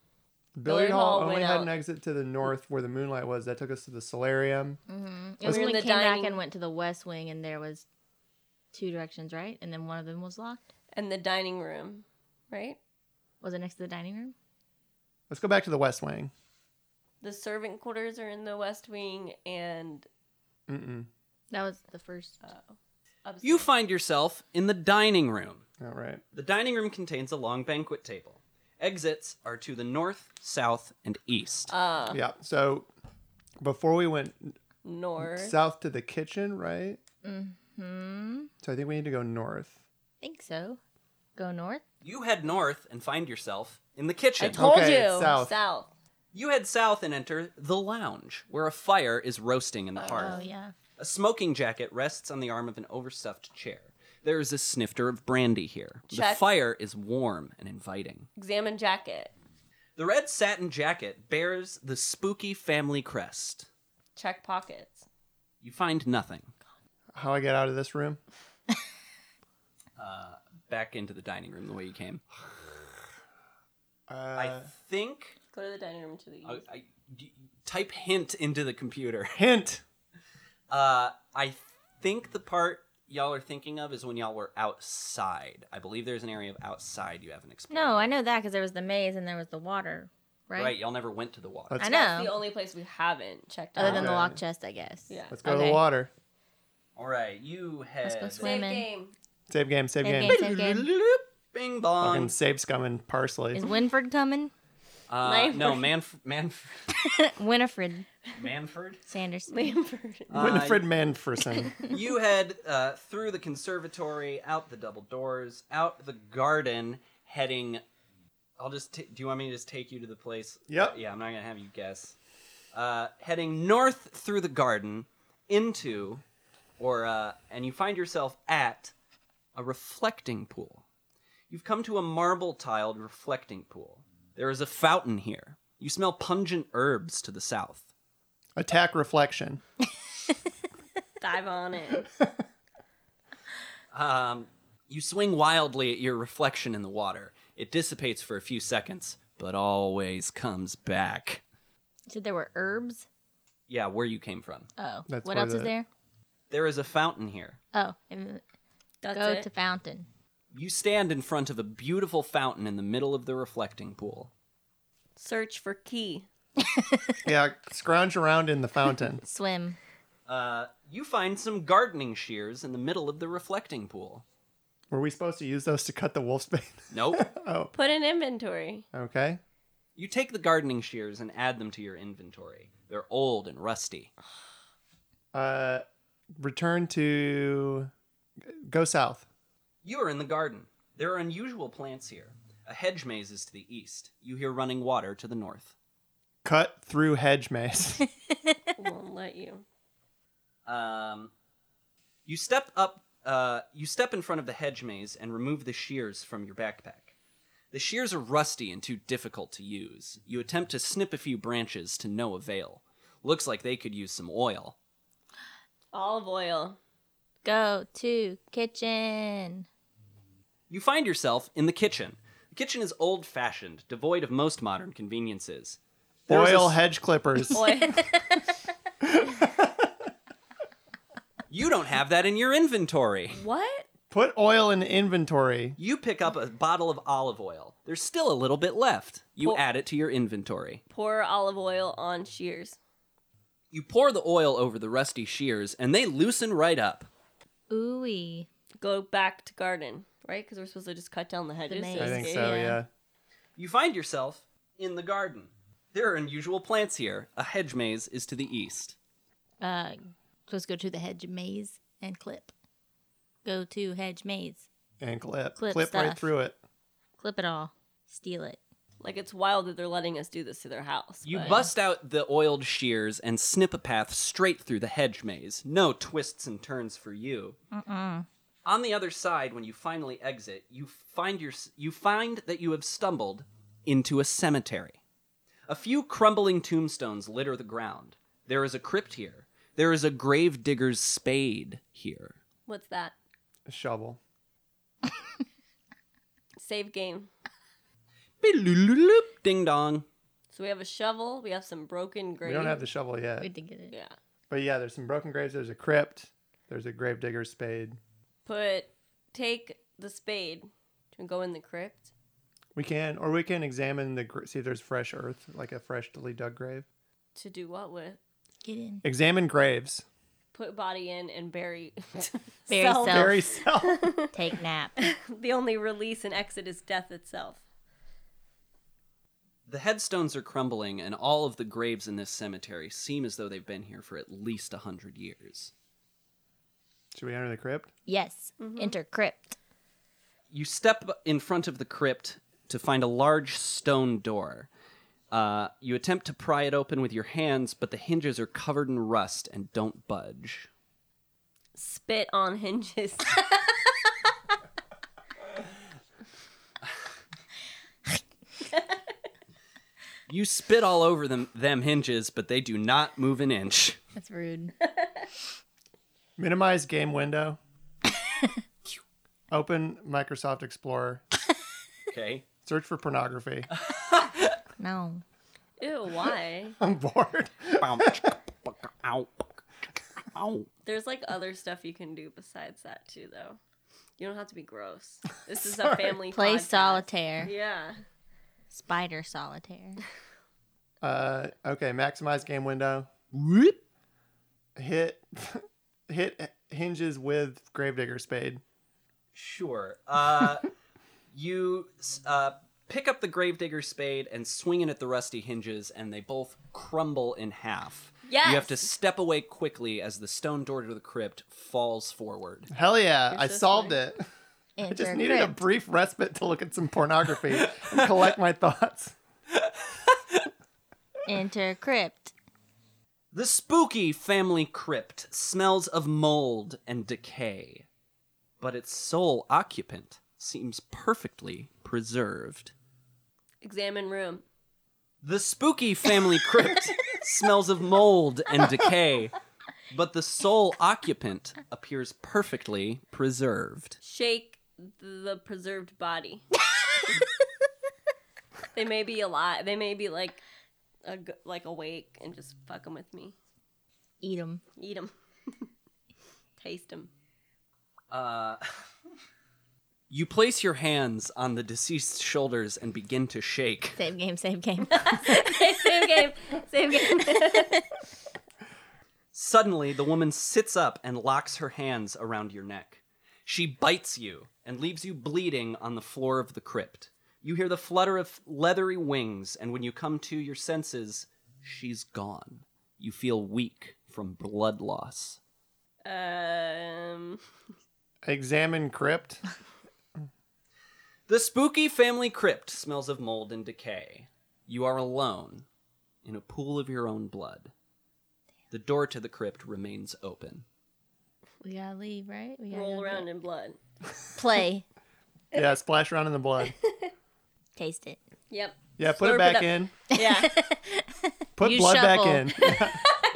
Speaker 1: Billiard
Speaker 4: Billiard
Speaker 1: Hall
Speaker 4: Hall
Speaker 1: only
Speaker 4: went
Speaker 1: had
Speaker 4: out.
Speaker 1: an exit to the north where the moonlight was. That took us to the solarium.
Speaker 3: It was
Speaker 4: We were
Speaker 3: when we
Speaker 4: in
Speaker 3: came
Speaker 4: the
Speaker 3: back
Speaker 4: dining-
Speaker 3: and went to the west wing, and there was two directions, right? And then one of them was locked.
Speaker 4: And the dining room, right?
Speaker 3: Was it next to the dining room?
Speaker 1: Let's go back to the west wing.
Speaker 4: The servant quarters are in the west wing and
Speaker 1: Mm-mm.
Speaker 3: That was the first.
Speaker 4: upstairs.
Speaker 2: You find yourself in the dining room.
Speaker 1: All right.
Speaker 2: The dining room contains a long banquet table. Exits are to the north, south, and east.
Speaker 4: uh
Speaker 1: Yeah. So before we went
Speaker 4: north.
Speaker 1: south to the kitchen, right?
Speaker 3: Hmm.
Speaker 1: So I think we need to go north.
Speaker 3: Think so. Go north.
Speaker 2: you head north and find yourself in the kitchen.
Speaker 4: I told
Speaker 1: Okay,
Speaker 4: you.
Speaker 1: south.
Speaker 4: South.
Speaker 2: You head south and enter the lounge, where a fire is roasting in the hearth.
Speaker 3: Oh yeah.
Speaker 2: A smoking jacket rests on the arm of an overstuffed chair. There is a snifter of brandy here. The
Speaker 4: Check.
Speaker 2: fire is warm and inviting.
Speaker 4: Examine jacket.
Speaker 2: The red satin jacket bears the spooky family crest.
Speaker 4: Check pockets.
Speaker 2: You find nothing.
Speaker 1: How I get out of this room?
Speaker 2: Uh, back into the dining room the way you came.
Speaker 1: Uh,
Speaker 2: I think.
Speaker 4: Go to the dining room to the east.
Speaker 2: I, I- d- type hint into the computer.
Speaker 1: Hint.
Speaker 2: Uh, I think the part y'all are thinking of is when y'all were outside. I believe there's an area of outside you haven't explored.
Speaker 3: No, I know that because there was the maze and there was the water, right?
Speaker 2: y'all never went to the water.
Speaker 1: Let's-
Speaker 3: I
Speaker 4: That's the
Speaker 3: know.
Speaker 4: only place we haven't checked
Speaker 3: Other
Speaker 4: out.
Speaker 3: than the
Speaker 1: Okay.
Speaker 3: lock chest, I guess.
Speaker 4: yeah.
Speaker 1: Let's go to
Speaker 3: Okay.
Speaker 1: the water.
Speaker 2: All right, you head.
Speaker 3: go swim.
Speaker 4: Save
Speaker 3: Women.
Speaker 4: game.
Speaker 1: Save game. Save,
Speaker 3: Save
Speaker 1: game.
Speaker 3: game, save game.
Speaker 2: Bing
Speaker 1: Fucking
Speaker 2: bong.
Speaker 1: save scum and parsley.
Speaker 3: Is Winford coming?
Speaker 2: Uh,
Speaker 4: Lanford.
Speaker 2: no, Manf- Manf-
Speaker 3: Winifred
Speaker 2: Manford.
Speaker 3: Sanders.
Speaker 4: Lambert.
Speaker 2: Uh,
Speaker 1: Winifred Manferson.
Speaker 2: you head uh, through the conservatory, out the double doors, out the garden, heading. I'll just. T- do you want me to just take you to the place? Uh,
Speaker 1: Yep.
Speaker 2: yeah, I'm not gonna have you guess. Uh, heading north through the garden, into, or uh, and you find yourself at a reflecting pool. You've come to a marble-tiled reflecting pool. There is a fountain here. You smell pungent herbs to the south.
Speaker 1: Attack reflection.
Speaker 4: Dive on it.
Speaker 2: Um, you swing wildly at your reflection in the water. It dissipates for a few seconds, but always comes back.
Speaker 3: Said there were herbs.
Speaker 2: Yeah, where you came from.
Speaker 3: Oh,
Speaker 1: That's
Speaker 3: what
Speaker 1: where
Speaker 3: else is
Speaker 1: the-
Speaker 3: there?
Speaker 2: There is a fountain here.
Speaker 3: Oh, and
Speaker 4: That's
Speaker 3: go
Speaker 4: it.
Speaker 3: to fountain.
Speaker 2: You stand in front of a beautiful fountain in the middle of the reflecting pool.
Speaker 4: Search for key.
Speaker 1: Yeah, scrounge around in the fountain.
Speaker 3: Swim.
Speaker 2: Uh, you find some gardening shears in the middle of the reflecting pool.
Speaker 1: Were we supposed to use those to cut the wolf's bane? Oh,
Speaker 2: Nope.
Speaker 4: Put in inventory.
Speaker 1: Okay.
Speaker 2: you take the gardening shears and add them to your inventory. They're old and rusty.
Speaker 1: Uh, return to go south.
Speaker 2: You are in the garden. There are unusual plants here. A hedge maze is to the east. You hear running water to the north.
Speaker 1: Cut through hedge maze.
Speaker 4: Won't let you.
Speaker 2: Um, you step up. Uh, you step in front of the hedge maze and remove the shears from your backpack. The shears are rusty and too difficult to use. You attempt to snip a few branches to no avail. Looks like they could use some oil.
Speaker 4: Olive oil.
Speaker 3: Go to kitchen.
Speaker 2: You find yourself in the kitchen. The kitchen is old fashioned, devoid of most modern conveniences. There is a
Speaker 1: Oil
Speaker 2: s-
Speaker 1: hedge clippers.
Speaker 4: Oil.
Speaker 2: You don't have that in your inventory.
Speaker 4: what?
Speaker 1: Put oil in inventory.
Speaker 2: You pick up a bottle of olive oil. There's still a little bit left. You
Speaker 4: Well-
Speaker 2: add it to your inventory.
Speaker 4: Pour olive oil on shears.
Speaker 2: You pour the oil over the rusty shears, and they loosen right up.
Speaker 3: Ooey.
Speaker 4: Go back to garden, right? Because we're supposed to just cut down the hedges.
Speaker 3: maze.
Speaker 4: to
Speaker 1: I think
Speaker 4: escape.
Speaker 1: so,
Speaker 3: Yeah.
Speaker 1: yeah.
Speaker 2: You find yourself in the garden. There are unusual plants here. A hedge maze is to the east.
Speaker 3: Uh, let's go to the hedge maze and clip. Go to hedge maze.
Speaker 1: And clip.
Speaker 3: Clip
Speaker 1: clip right
Speaker 3: stuff.
Speaker 1: through it.
Speaker 3: Clip it all. Steal it.
Speaker 4: Like it's wild that they're letting us do this to their house.
Speaker 2: You
Speaker 4: but-
Speaker 2: bust out the oiled shears and snip a path straight through the hedge maze. No twists and turns for you.
Speaker 3: Mm-mm.
Speaker 2: On the other side, when you finally exit, you find your you find that you have stumbled into a cemetery. A few crumbling tombstones litter the ground. There is a crypt here. There is a grave digger's spade here.
Speaker 4: What's that?
Speaker 1: A shovel.
Speaker 4: Save game.
Speaker 2: Be-loo-loo-loop, Ding dong.
Speaker 4: So we have a shovel. We have some broken graves.
Speaker 1: We don't have the shovel yet.
Speaker 3: We did get it.
Speaker 4: Yeah.
Speaker 1: But yeah, there's some broken graves. There's a crypt. There's a gravedigger's spade.
Speaker 4: Put take the spade and go in the crypt.
Speaker 1: We can, or we can examine the gr- see if there's fresh earth, like a freshly dug grave.
Speaker 4: To do what with?
Speaker 3: Get in.
Speaker 1: Examine graves.
Speaker 4: Put body in and bury.
Speaker 3: Bury
Speaker 4: Self.
Speaker 3: self.
Speaker 1: Very self.
Speaker 3: Take nap.
Speaker 4: The only release and exit is death itself.
Speaker 2: The headstones are crumbling, and all of the graves in this cemetery seem as though they've been here for at least a hundred years.
Speaker 1: Should we enter the crypt?
Speaker 3: Yes. Enter crypt.
Speaker 2: You step in front of the crypt to find a large stone door. Uh, you attempt to pry it open with your hands, but the hinges are covered in rust and don't budge.
Speaker 4: Spit on hinges.
Speaker 2: You spit all over them, them hinges, but they do not move an inch.
Speaker 3: That's rude.
Speaker 1: Minimize game window. Open Microsoft Explorer.
Speaker 2: Okay.
Speaker 1: Search for pornography.
Speaker 3: No.
Speaker 4: Ew, why?
Speaker 1: I'm bored.
Speaker 4: There's like other stuff you can do besides that too, though. You don't have to be gross. This is a family
Speaker 3: Play
Speaker 4: podcast.
Speaker 3: solitaire.
Speaker 4: Yeah.
Speaker 3: Spider solitaire.
Speaker 1: Uh, okay, maximize game window. Hit hit hinges with Gravedigger spade.
Speaker 2: Sure. Uh, you uh, pick up the gravedigger's spade and swing it at the rusty hinges, and they both crumble in half. You have
Speaker 4: Yes!
Speaker 2: to step away quickly as the stone door to the crypt falls forward.
Speaker 1: Hell yeah,
Speaker 4: You're
Speaker 1: I
Speaker 4: so
Speaker 1: solved
Speaker 4: smart.
Speaker 1: it. I
Speaker 3: Enter
Speaker 1: just needed a
Speaker 3: crypt.
Speaker 1: brief respite to look at some pornography and collect my thoughts.
Speaker 3: Enter crypt.
Speaker 2: The spooky family crypt smells of mold and decay, but its sole occupant seems perfectly preserved.
Speaker 4: Examine room.
Speaker 2: The spooky family crypt smells of mold and decay, but the sole occupant appears perfectly preserved.
Speaker 4: Shake the preserved body. they may be alive. They may be like, a, g- like awake and just fuck them with me.
Speaker 3: Eat them.
Speaker 4: Eat them. Taste them.
Speaker 2: Uh, you place your hands on the deceased's shoulders and begin to shake.
Speaker 3: Save game, save game.
Speaker 4: Same game. Same game.
Speaker 2: Suddenly, the woman sits up and locks her hands around your neck. She bites you and leaves you bleeding on the floor of the crypt. You hear the flutter of leathery wings, and when you come to your senses, she's gone. You feel weak from blood loss.
Speaker 4: um.
Speaker 1: Examine crypt.
Speaker 2: The spooky family crypt smells of mold and decay. You are alone in a pool of your own blood. The door to the crypt remains open.
Speaker 3: we gotta leave, right? We gotta
Speaker 4: Roll
Speaker 3: go
Speaker 4: around
Speaker 3: get-
Speaker 4: in blood.
Speaker 3: Play.
Speaker 1: Yeah, splash around in the blood.
Speaker 3: Taste it.
Speaker 4: Yep.
Speaker 1: Yeah, put
Speaker 4: Slurp it
Speaker 1: it back
Speaker 4: up.
Speaker 1: in.
Speaker 4: Yeah.
Speaker 1: Put
Speaker 3: You
Speaker 1: blood
Speaker 3: shuffle.
Speaker 1: back in.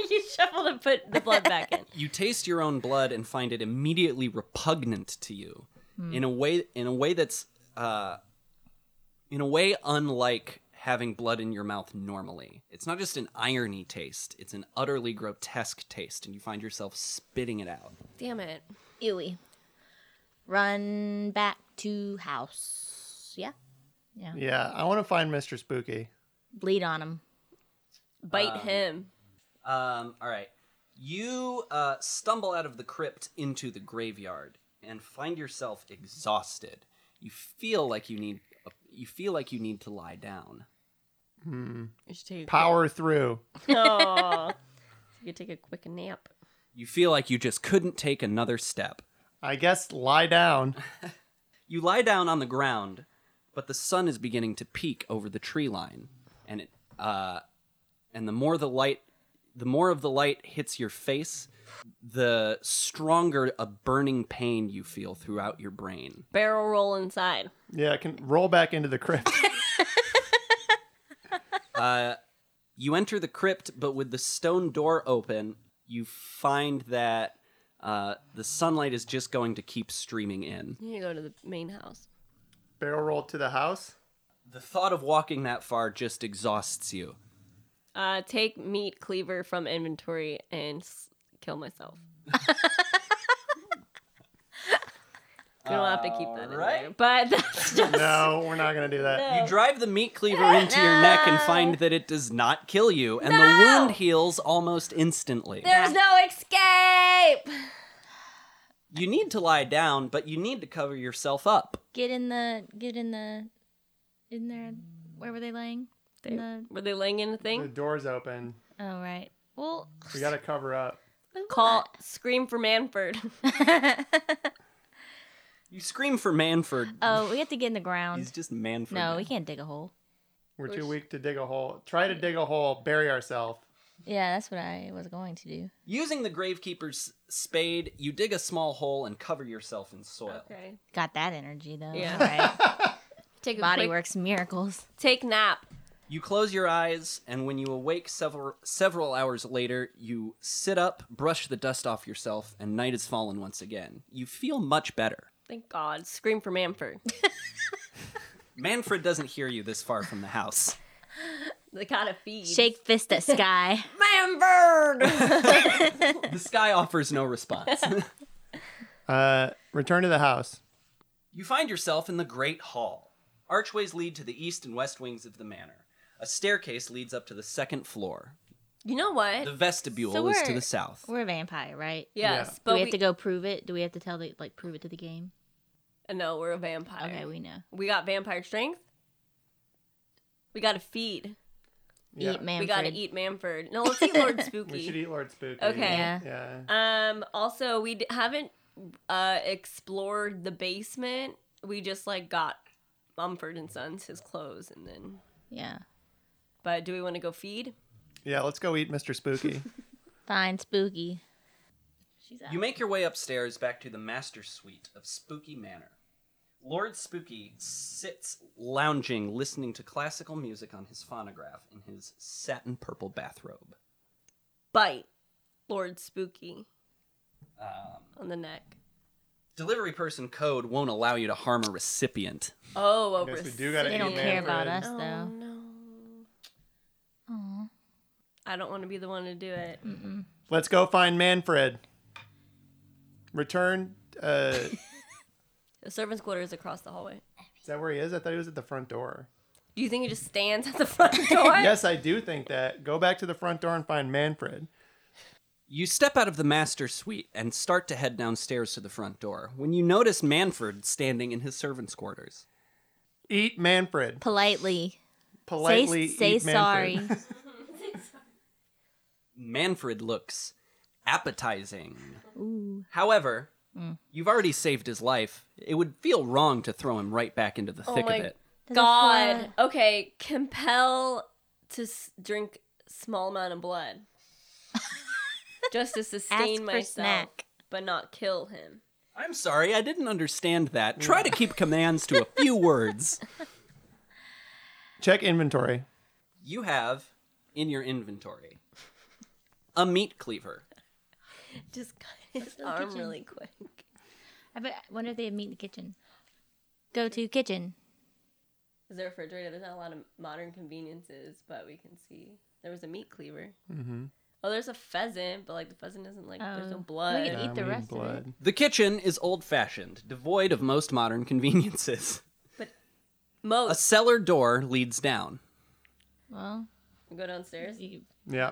Speaker 4: you shuffle and put the blood back in.
Speaker 2: You taste your own blood and find it immediately repugnant to you, in a way in a way that's uh, in a way unlike having blood in your mouth normally. It's not just an irony taste; it's an utterly grotesque taste, and you find yourself spitting it out.
Speaker 4: Damn it.
Speaker 3: Ewy. Run back to house. Yeah.
Speaker 1: Yeah, I want to find Mr. Spooky.
Speaker 3: Bleed on him.
Speaker 4: Bite him.
Speaker 2: Um, all right. You uh, stumble out of the crypt into the graveyard and find yourself exhausted. You feel like you need you feel like you need to lie down.
Speaker 4: You should take a
Speaker 1: Power through.
Speaker 4: Quick, oh. You could take a quick nap.
Speaker 2: You feel like you just couldn't take another step.
Speaker 1: I guess lie down.
Speaker 2: You lie down on the ground, but the sun is beginning to peek over the tree line, and it uh, and the more the light, the more of the light hits your face, the stronger a burning pain you feel throughout your brain.
Speaker 4: Barrel roll inside.
Speaker 1: Yeah, I can roll back into the crypt.
Speaker 2: You enter the crypt, but with the stone door open, you find that uh, the sunlight is just going to keep streaming in.
Speaker 4: You need to go to the main house.
Speaker 1: Barrel roll to the house.
Speaker 2: The thought of walking that far just exhausts you.
Speaker 4: Uh, take meat cleaver from inventory and s- kill myself. we don't have to keep that in there,
Speaker 2: Alright.
Speaker 4: but that's just
Speaker 1: No, we're not gonna do that.
Speaker 2: You drive the meat cleaver into your neck and find that it does not kill you, and the wound heals almost instantly.
Speaker 4: there's no escape.
Speaker 2: You need to lie down, but you need to cover yourself up.
Speaker 3: Get in the. Get in the. In there. Where were they laying? In the,
Speaker 4: Were they laying in the
Speaker 1: The
Speaker 4: thing?
Speaker 1: door's open.
Speaker 3: oh right. Well.
Speaker 1: We gotta cover up.
Speaker 3: but
Speaker 4: Call,
Speaker 3: what?
Speaker 4: scream for Manford.
Speaker 2: You scream for Manford.
Speaker 3: Oh, we have to get in the ground.
Speaker 2: He's just Manford.
Speaker 3: no,
Speaker 2: now.
Speaker 3: we can't dig a hole.
Speaker 1: We're
Speaker 3: We're
Speaker 1: too
Speaker 3: s-
Speaker 1: weak to dig a hole. Try to dig a hole, bury ourselves.
Speaker 3: Yeah, that's what I was going to do.
Speaker 2: Using the gravekeeper's spade, you dig a small hole and cover yourself in soil.
Speaker 4: Okay.
Speaker 3: Got that energy though.
Speaker 4: Yeah.
Speaker 3: All right.
Speaker 4: Take a
Speaker 3: Body
Speaker 4: quick-
Speaker 3: works miracles.
Speaker 4: Take nap.
Speaker 2: You close your eyes, and when you awake several several hours later, you sit up, brush the dust off yourself, and night has fallen once again. You feel much better.
Speaker 4: Thank God. Scream for Manford.
Speaker 2: Manfred doesn't hear you this far from the house.
Speaker 4: they gotta feed.
Speaker 3: Shake fist at sky.
Speaker 4: Manford.
Speaker 2: The sky offers no response.
Speaker 1: Uh, return to the house.
Speaker 2: You find yourself in the Great Hall. Archways lead to the east and west wings of the manor. A staircase leads up to the second floor.
Speaker 4: you know what?
Speaker 2: The vestibule
Speaker 3: So
Speaker 2: is to
Speaker 3: we're-
Speaker 2: the south.
Speaker 3: We're a vampire, right?
Speaker 4: yes,
Speaker 1: Yeah.
Speaker 4: but
Speaker 3: Do we have to go prove it? Do we have to tell the like prove it to the game?
Speaker 4: Uh, No, we're a vampire.
Speaker 3: Okay, we know.
Speaker 4: We got vampire strength. We gotta feed.
Speaker 1: Yeah.
Speaker 3: Eat man.
Speaker 4: We gotta eat Manford. No, let's eat Lord Spooky.
Speaker 1: We should eat Lord Spooky.
Speaker 4: Okay.
Speaker 3: Yeah.
Speaker 1: Yeah.
Speaker 4: Um. Also, we d- haven't uh explored the basement. We just like got Mumford and Sons his clothes, and then.
Speaker 3: Yeah.
Speaker 4: But do we want to go feed?
Speaker 1: Yeah, let's go eat Mr. Spooky.
Speaker 3: Fine, spooky. She's out.
Speaker 2: You make your way upstairs back to the master suite of Spooky Manor. Lord Spooky sits lounging, listening to classical music on his phonograph in his satin purple bathrobe.
Speaker 4: Bite, Lord Spooky
Speaker 2: Um,
Speaker 4: on the neck.
Speaker 2: delivery person code won't allow you to harm a recipient.
Speaker 4: Oh, a
Speaker 1: Guess we
Speaker 4: res-
Speaker 1: do gotta
Speaker 3: They
Speaker 1: eat
Speaker 3: don't care
Speaker 1: Manfred.
Speaker 3: about us
Speaker 4: Oh
Speaker 3: though.
Speaker 4: no!
Speaker 3: Aw.
Speaker 4: I don't want to be the one to do it.
Speaker 1: Let's go find Manfred. Return. Uh, is
Speaker 4: The servants' quarters across the hallway.
Speaker 1: that where he is? I thought he was at the front door.
Speaker 4: Do you think he just stands at the front door?
Speaker 1: Yes, I do think that. Go back to the front door and find Manfred.
Speaker 2: You step out of the master suite and start to head downstairs to the front door when you notice Manfred standing in his servants' quarters.
Speaker 1: Eat Manfred.
Speaker 3: Politely.
Speaker 1: Politely
Speaker 3: say
Speaker 1: eat
Speaker 3: say sorry.
Speaker 1: Manfred.
Speaker 2: Manfred looks appetizing. However, you've already saved his life. It would feel wrong to throw him right back into the
Speaker 4: Oh
Speaker 2: thick
Speaker 4: my-
Speaker 2: of it.
Speaker 4: God. Okay, compel to s- drink small amount of blood, just to sustain
Speaker 3: Ask for
Speaker 4: myself,
Speaker 3: snack.
Speaker 4: but not kill him.
Speaker 2: I'm sorry, I didn't understand that. Try to keep commands to a few words.
Speaker 1: Check inventory.
Speaker 2: You have in your inventory a meat cleaver.
Speaker 4: Just cut his arm really quick.
Speaker 3: I bet, I wonder if they have meat in the kitchen. Go to kitchen.
Speaker 4: Is there a refrigerator? There's not a lot of modern conveniences, but we can see there was a meat cleaver.
Speaker 1: Mhm.
Speaker 4: Oh, there's a pheasant, but like the pheasant isn't like there's no
Speaker 3: Oh.
Speaker 4: blood.
Speaker 3: We could eat the
Speaker 1: we need
Speaker 3: rest of it.
Speaker 2: The kitchen is old fashioned, devoid of most modern conveniences. A
Speaker 4: Most
Speaker 2: cellar door leads down.
Speaker 3: Well,
Speaker 4: go downstairs.
Speaker 1: Yeah.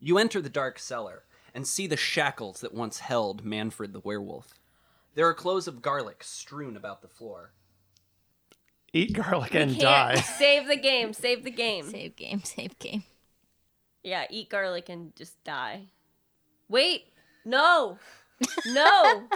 Speaker 2: You enter the dark cellar and see the shackles that once held Manfred the werewolf. There are cloves of garlic strewn about the floor.
Speaker 1: Eat garlic and
Speaker 4: Can't-
Speaker 1: die.
Speaker 4: save the game. Save the game.
Speaker 3: save game, save game.
Speaker 4: Yeah, eat garlic and just die. Wait, no, no,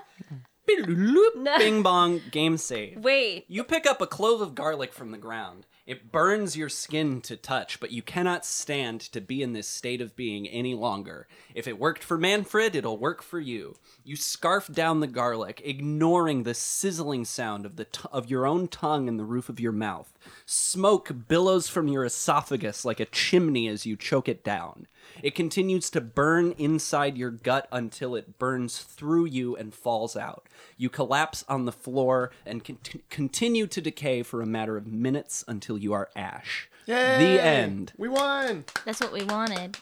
Speaker 4: No.
Speaker 2: Bing bong, game save.
Speaker 4: wait.
Speaker 2: You pick up a clove of garlic from the ground. It burns your skin to touch, but you cannot stand to be in this state of being any longer. If it worked for Manfred, it'll work for you. You scarf down the garlic, ignoring the sizzling sound of the t- of your own tongue in the roof of your mouth. Smoke billows from your esophagus like a chimney as you choke it down. It continues to burn inside your gut until it burns through you and falls out. You collapse on the floor and cont- continue to decay for a matter of minutes until you are ash.
Speaker 1: Yay!
Speaker 2: The end.
Speaker 1: We won.
Speaker 3: That's what we wanted.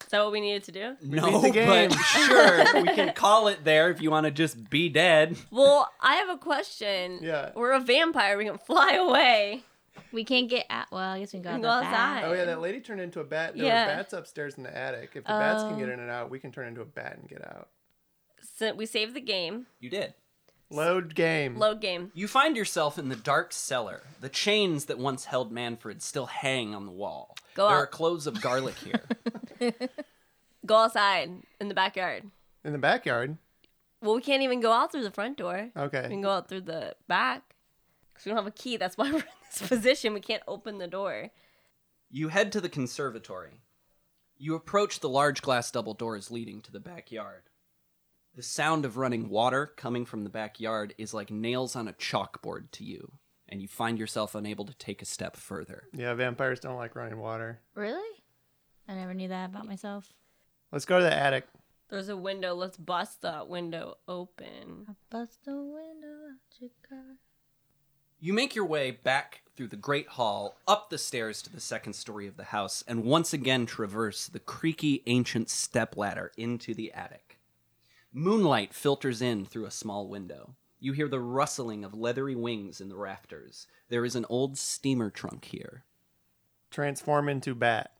Speaker 4: Is that what we needed to do?
Speaker 1: beat
Speaker 2: no,
Speaker 1: the game.
Speaker 2: but sure, we can call it there if you want to just be dead.
Speaker 4: Well, I have a question.
Speaker 1: Yeah.
Speaker 4: We're a vampire. We can fly away.
Speaker 3: We can't get out. Well, I guess we can go,
Speaker 4: We can
Speaker 3: out the
Speaker 4: go
Speaker 3: back.
Speaker 4: outside.
Speaker 1: Oh yeah, that lady turned into a bat. There
Speaker 4: Yeah.
Speaker 1: were bats upstairs in the attic. If the bats can
Speaker 3: Oh.
Speaker 1: get in and out, we can turn into a bat and get out.
Speaker 4: So we saved the game.
Speaker 2: You did.
Speaker 1: Load game.
Speaker 4: Load game.
Speaker 2: You find yourself in the dark cellar. The chains that once held Manfred still hang on the wall.
Speaker 4: Go
Speaker 2: there
Speaker 4: out.
Speaker 2: are cloves of garlic here.
Speaker 4: Go outside in the backyard.
Speaker 1: in the backyard.
Speaker 4: Well, we can't even go out through the front door. We
Speaker 1: Okay.
Speaker 4: can go out through the back. Because we don't have a key. That's why we're in this position. We can't open the door.
Speaker 2: You head to the conservatory. You approach the large glass double doors leading to the backyard. The sound of running water coming from the backyard is like nails on a chalkboard to you, and you find yourself unable to take a step further.
Speaker 1: Yeah, vampires don't like running water.
Speaker 3: Really? I never knew that about myself.
Speaker 1: Let's go to the attic.
Speaker 4: There's a window. Let's bust that window open.
Speaker 3: Bust the window out your car.
Speaker 2: You make your way back through the great hall, up the stairs to the second story of the house, and once again traverse the creaky ancient step ladder into the attic. Moonlight filters in through a small window. You hear the rustling of leathery wings in the rafters. There is an old steamer trunk here.
Speaker 1: Transform into bat.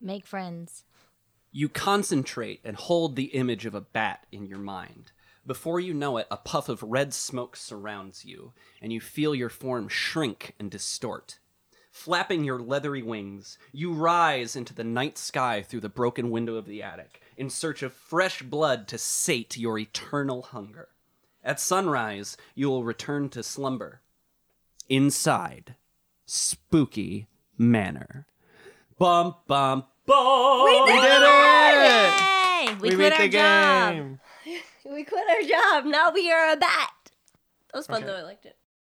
Speaker 3: Make friends.
Speaker 2: You concentrate and hold the image of a bat in your mind. Before you know it, a puff of red smoke surrounds you, and you feel your form shrink and distort. Flapping your leathery wings, you rise into the night sky through the broken window of the attic, in search of fresh blood to sate your eternal hunger. At sunrise, you will return to slumber. Inside, spooky manor. Bum, bum, bum!
Speaker 1: We did it!
Speaker 3: Hey, we,
Speaker 1: we beat
Speaker 3: quit our
Speaker 1: the
Speaker 3: job.
Speaker 1: game.
Speaker 4: We quit our job. Now we are a bat. That was fun though. I liked it.